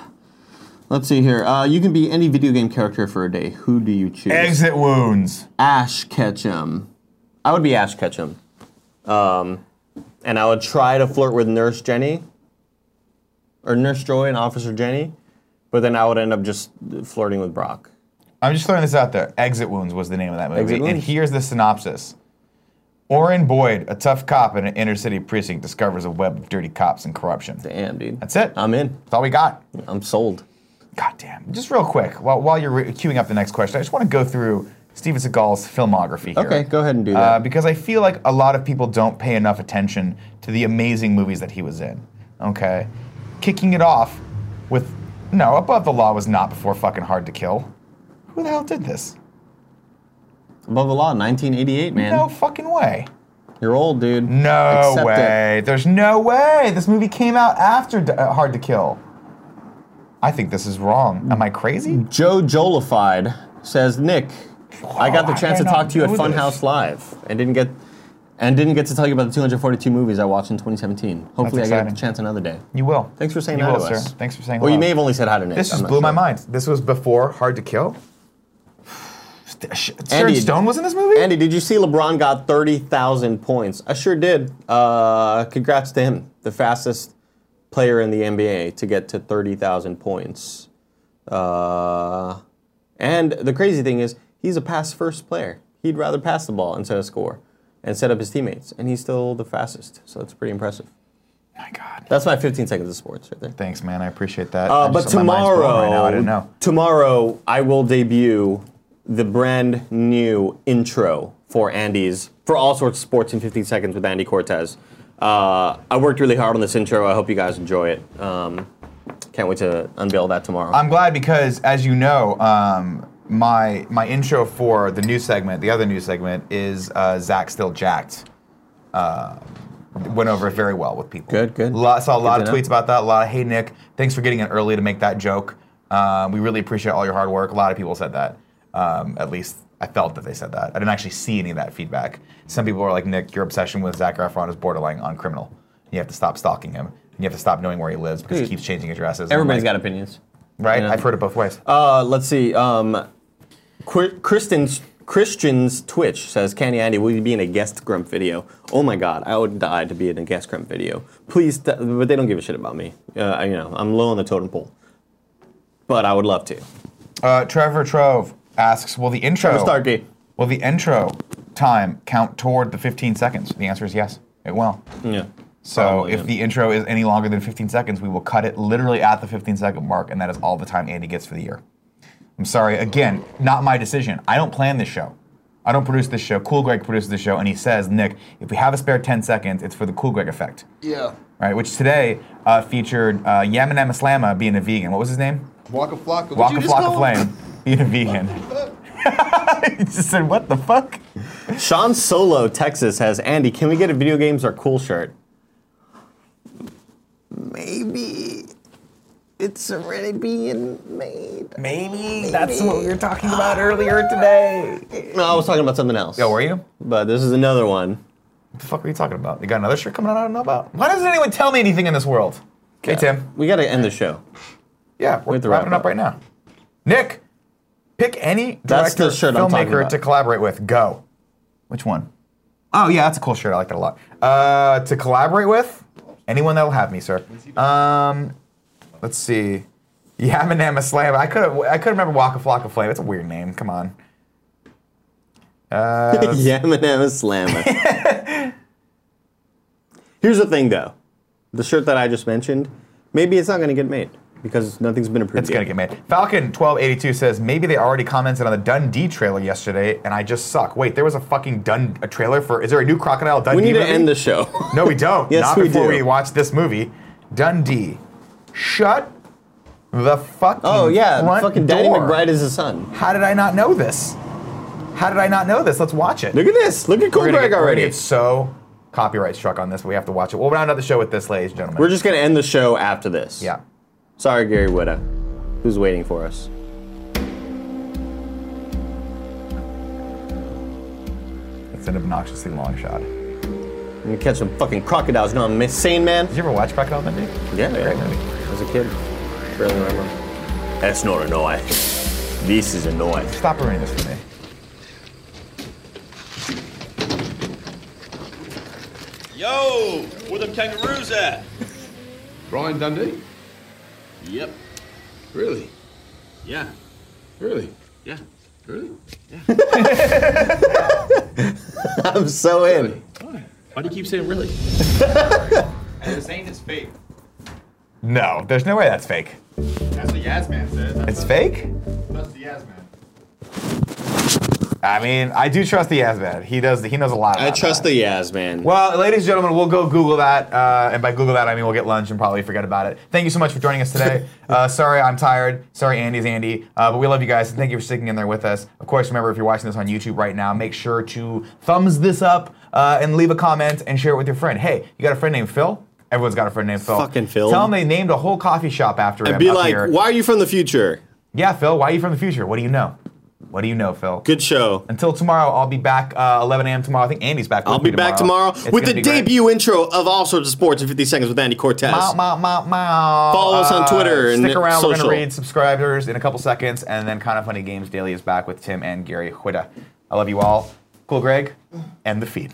Speaker 1: let's see here. Uh, you can be any video game character for a day. Who do you choose?
Speaker 2: Exit wounds.
Speaker 1: Ash Ketchum. I would be Ash Ketchum. Um, and I would try to flirt with Nurse Jenny, or Nurse Joy and Officer Jenny, but then I would end up just flirting with Brock.
Speaker 2: I'm just throwing this out there. Exit Wounds was the name of that movie.
Speaker 1: Exit
Speaker 2: and
Speaker 1: Wounds.
Speaker 2: here's the synopsis. Orrin Boyd, a tough cop in an inner city precinct, discovers a web of dirty cops and corruption. That's
Speaker 1: Damn, dude. That's
Speaker 2: it.
Speaker 1: I'm in.
Speaker 2: That's all we got.
Speaker 1: I'm sold.
Speaker 2: God damn. Just real quick, while, while you're re- queuing up the next question, I just want to go through Steven Seagal's filmography here.
Speaker 1: Okay, go ahead and do
Speaker 2: Uh,
Speaker 1: that.
Speaker 2: because I feel like a lot of people don't pay enough attention to the amazing movies that he was in. Okay? Kicking it off with, no, Above the Law was not before fucking Hard to Kill. Who the hell did this?
Speaker 1: Above the law, 1988, man.
Speaker 2: No fucking way.
Speaker 1: You're old, dude.
Speaker 2: No
Speaker 1: Accept
Speaker 2: way. There's no way. This movie came out after D- uh, Hard to Kill. I think this is
Speaker 1: Mm.
Speaker 2: wrong. Am I crazy?
Speaker 1: It. Joe Jolified says, Nick, I got the
Speaker 2: Oh, I
Speaker 1: chance to
Speaker 2: did
Speaker 1: talk
Speaker 2: not
Speaker 1: to you at
Speaker 2: know
Speaker 1: Funhouse
Speaker 2: this.
Speaker 1: Live and didn't get and didn't get to tell you about the 242 movies I watched in 2017. Hopefully, I get the
Speaker 2: exciting.
Speaker 1: chance another day.
Speaker 2: You will.
Speaker 1: Thanks for saying
Speaker 2: you
Speaker 1: hi
Speaker 2: will,
Speaker 1: to
Speaker 2: sir.
Speaker 1: us.
Speaker 2: Thanks for saying
Speaker 1: Well, you
Speaker 2: hello.
Speaker 1: may have only said hi to Nick.
Speaker 2: This
Speaker 1: I'm
Speaker 2: just
Speaker 1: not
Speaker 2: blew my
Speaker 1: sure.
Speaker 2: mind. This was before Hard to Kill. Sharon
Speaker 1: Andy-
Speaker 2: Stone was in this movie?
Speaker 1: Andy, did you see LeBron got 30,000 points? I sure did. Uh, congrats to him, the fastest player in the NBA to get to 30,000 points. Uh, and the crazy thing is, he's a pass first player. He'd rather pass the ball instead of score and set up his teammates. And he's still the fastest, so that's pretty impressive.
Speaker 2: my God.
Speaker 1: That's my 15 seconds of sports right there.
Speaker 2: Thanks, man. I appreciate that.
Speaker 1: Uh,
Speaker 2: I
Speaker 1: but
Speaker 2: just- my mind's blown
Speaker 1: tomorrow,
Speaker 2: Right now. I didn't know.
Speaker 1: tomorrow I will debut the brand new intro for Andy's for all sorts of sports in 15 seconds with Andy Cortez. Uh, I worked really hard on this intro. I hope you guys enjoy it. Um, can't wait to unveil that tomorrow.
Speaker 2: I'm glad because, as you know, um, my my intro for the new segment, the other new segment, is uh, Zach still jacked. Uh, went over it very well with people.
Speaker 1: Good, good.
Speaker 2: Lot, saw a lot
Speaker 1: Good
Speaker 2: of
Speaker 1: to know.
Speaker 2: tweets about that. A lot of hey Nick, thanks for getting in early to make that joke. Uh, we really appreciate all your hard work. A lot of people said that. Um, at least I felt that they said that. I didn't actually see any of that feedback. Some people were like, Nick, your obsession with Zach Efron is borderline on criminal. You have to stop stalking him. And you have to stop knowing where he lives because
Speaker 1: Dude,
Speaker 2: he keeps changing addresses. And I'm
Speaker 1: Everybody's
Speaker 2: like,
Speaker 1: got opinions.
Speaker 2: right.
Speaker 1: you know.
Speaker 2: I've heard it both ways.
Speaker 1: Uh, let's see. Um, Qu- Kristen's Christian's Twitch says, "Candy Andy, will you be in a guest grump video?" Oh my God, I would die to be in a guest grump video. Please, t- but they don't give a shit about me. Uh, you know, I'm low on the totem pole, but I would love to.
Speaker 2: Uh, Trevor Trove asks, "Will the intro
Speaker 1: Trevor Starkey.
Speaker 2: Will the intro time count toward the 15 seconds?" The answer is yes. It will.
Speaker 1: Yeah.
Speaker 2: So
Speaker 1: Probably,
Speaker 2: if
Speaker 1: Oh, yeah.
Speaker 2: the intro is any longer than 15 seconds, we will cut it literally at the 15 second mark, and that is all the time Andy gets for the year. I'm sorry. Again, not my decision. I don't plan this show. I don't produce this show. Cool Greg produces the show, and he says, Nick, if we have a spare 10 seconds, it's for the Cool Greg effect.
Speaker 8: Yeah.
Speaker 2: Right, which today uh, featured uh, Yaminem Islama being a vegan. What was his name?
Speaker 8: Walk a flock. what'd
Speaker 2: Walk
Speaker 8: you
Speaker 2: a
Speaker 8: just
Speaker 2: flock of
Speaker 8: call him?
Speaker 2: flame. Being a vegan. he just said, "What the fuck?"
Speaker 1: Sean Solo, Texas, has Andy. Can we get a video games are cool shirt? Maybe it's already being made.
Speaker 2: Maybe that's what we were talking about earlier today.
Speaker 1: No, I was talking about something else.
Speaker 2: Yo, were you? What
Speaker 1: But this is another one.
Speaker 2: the fuck were you talking about? You got another shirt coming out? I don't know about. Why doesn't anyone tell me anything in this world? Hey Tim.
Speaker 1: We got to end the show.
Speaker 2: Yeah, we're
Speaker 1: have to
Speaker 2: wrapping
Speaker 1: wrap
Speaker 2: up right now. Nick, pick any
Speaker 1: That's
Speaker 2: director,
Speaker 1: the shirt I'm talking
Speaker 2: filmmaker
Speaker 1: about.
Speaker 2: to collaborate with. Go. Which one? Oh yeah, that's a cool shirt. I like that a lot. Uh, to collaborate with anyone that'll have me, sir. Um, let's see. Yamanama Slam. I could I could remember Waka Flocka Flame. That's a weird name. Come on.
Speaker 1: Yamanama Slammer. Here's the thing, though. The shirt that I just mentioned, maybe it's not going to get made because nothing's been approved.
Speaker 2: It's
Speaker 1: yet.
Speaker 2: gonna get made. Falcon twelve eighty two says maybe they already commented on the Dundee trailer yesterday, and I just suck. Wait, there was a fucking Dun a trailer for. Is there a new Crocodile Dundee?
Speaker 1: We need to
Speaker 2: movie?
Speaker 1: end the show.
Speaker 2: No, we don't.
Speaker 1: Yes,
Speaker 2: Not
Speaker 1: we
Speaker 2: before
Speaker 1: do.
Speaker 2: we watch this movie, Dundee. Shut the fucking.
Speaker 1: oh yeah,
Speaker 2: front
Speaker 1: fucking Danny
Speaker 2: door.
Speaker 1: McBride is his son.
Speaker 2: How did I not know this? How did I not know this? Let's watch it.
Speaker 1: Look at this. Look at Cool
Speaker 2: We're gonna
Speaker 1: Greg
Speaker 2: get- we're gonna
Speaker 1: already.
Speaker 2: get so copyright struck on this. We have to watch it. We'll round out the show with this, ladies and gentlemen.
Speaker 1: We're just going to end the show after this.
Speaker 2: yeah.
Speaker 1: Sorry, Gary Whitta, who's waiting for us.
Speaker 2: It's an obnoxiously long shot. Did
Speaker 1: I'm going to catch some fucking crocodiles. You know, I'm insane, man.
Speaker 2: you ever watch Crocodile Dundee?
Speaker 1: Yeah,
Speaker 2: Great
Speaker 1: yeah.
Speaker 2: movie.
Speaker 1: As a kid, barely remember. That's not a knife. This is a knife.
Speaker 2: Stop ruining this for me.
Speaker 10: Yo, where them kangaroos at?
Speaker 8: Brian Dundee.
Speaker 10: Yep.
Speaker 8: Really?
Speaker 10: Yeah.
Speaker 8: Really?
Speaker 10: Yeah.
Speaker 8: Really?
Speaker 1: I'm so in.
Speaker 10: Why do you keep saying really?
Speaker 9: And this ain't his fake.
Speaker 2: No, there's no way that's fake.
Speaker 9: That's what Yasman says. That's,
Speaker 2: It's fake?
Speaker 9: that's the Yasman.
Speaker 2: I mean, I do trust the Yazman. He does. He knows a lot.
Speaker 1: I
Speaker 2: about
Speaker 1: trust
Speaker 2: that.
Speaker 1: the Yaz, man.
Speaker 2: Well, ladies and gentlemen, we'll go Google that, uh, and by Google that I mean we'll get lunch and probably forget about it. Thank you so much for joining us today. uh, sorry I'm tired. Sorry Andy's Andy, uh, but we love you guys and thank you for sticking in there with us. Of course, remember if you're watching this on YouTube right now, make sure to thumbs this up. uh, and leave a comment and share it with your friend. Hey, you got a friend named Phil? Everyone's got a friend named Phil.
Speaker 1: Fucking Phil.
Speaker 2: Tell him they named a whole coffee shop after him.
Speaker 1: And be
Speaker 2: up
Speaker 1: like,
Speaker 2: here.
Speaker 1: why are you from the future?
Speaker 2: Yeah, Phil, why are you from the future? What do you know? What do you know, Phil?
Speaker 1: Good show.
Speaker 2: Until tomorrow, I'll be back uh, 11 a.m. tomorrow. I think Andy's back. with
Speaker 1: I'll
Speaker 2: me
Speaker 1: be back tomorrow
Speaker 2: It's
Speaker 1: with
Speaker 2: gonna
Speaker 1: the
Speaker 2: be great.
Speaker 1: debut intro of All Sorts of Sports in 50 Seconds with Andy Cortez.
Speaker 2: Meow, meow, meow, meow.
Speaker 1: Follow us on Twitter and
Speaker 2: uh, Stick around. We're
Speaker 1: social.
Speaker 2: going to read subscribers in a couple seconds, and then Kind of Funny Games Daily is back with Tim and Gary Huida. I love you all. Cool, Greg, and the feed.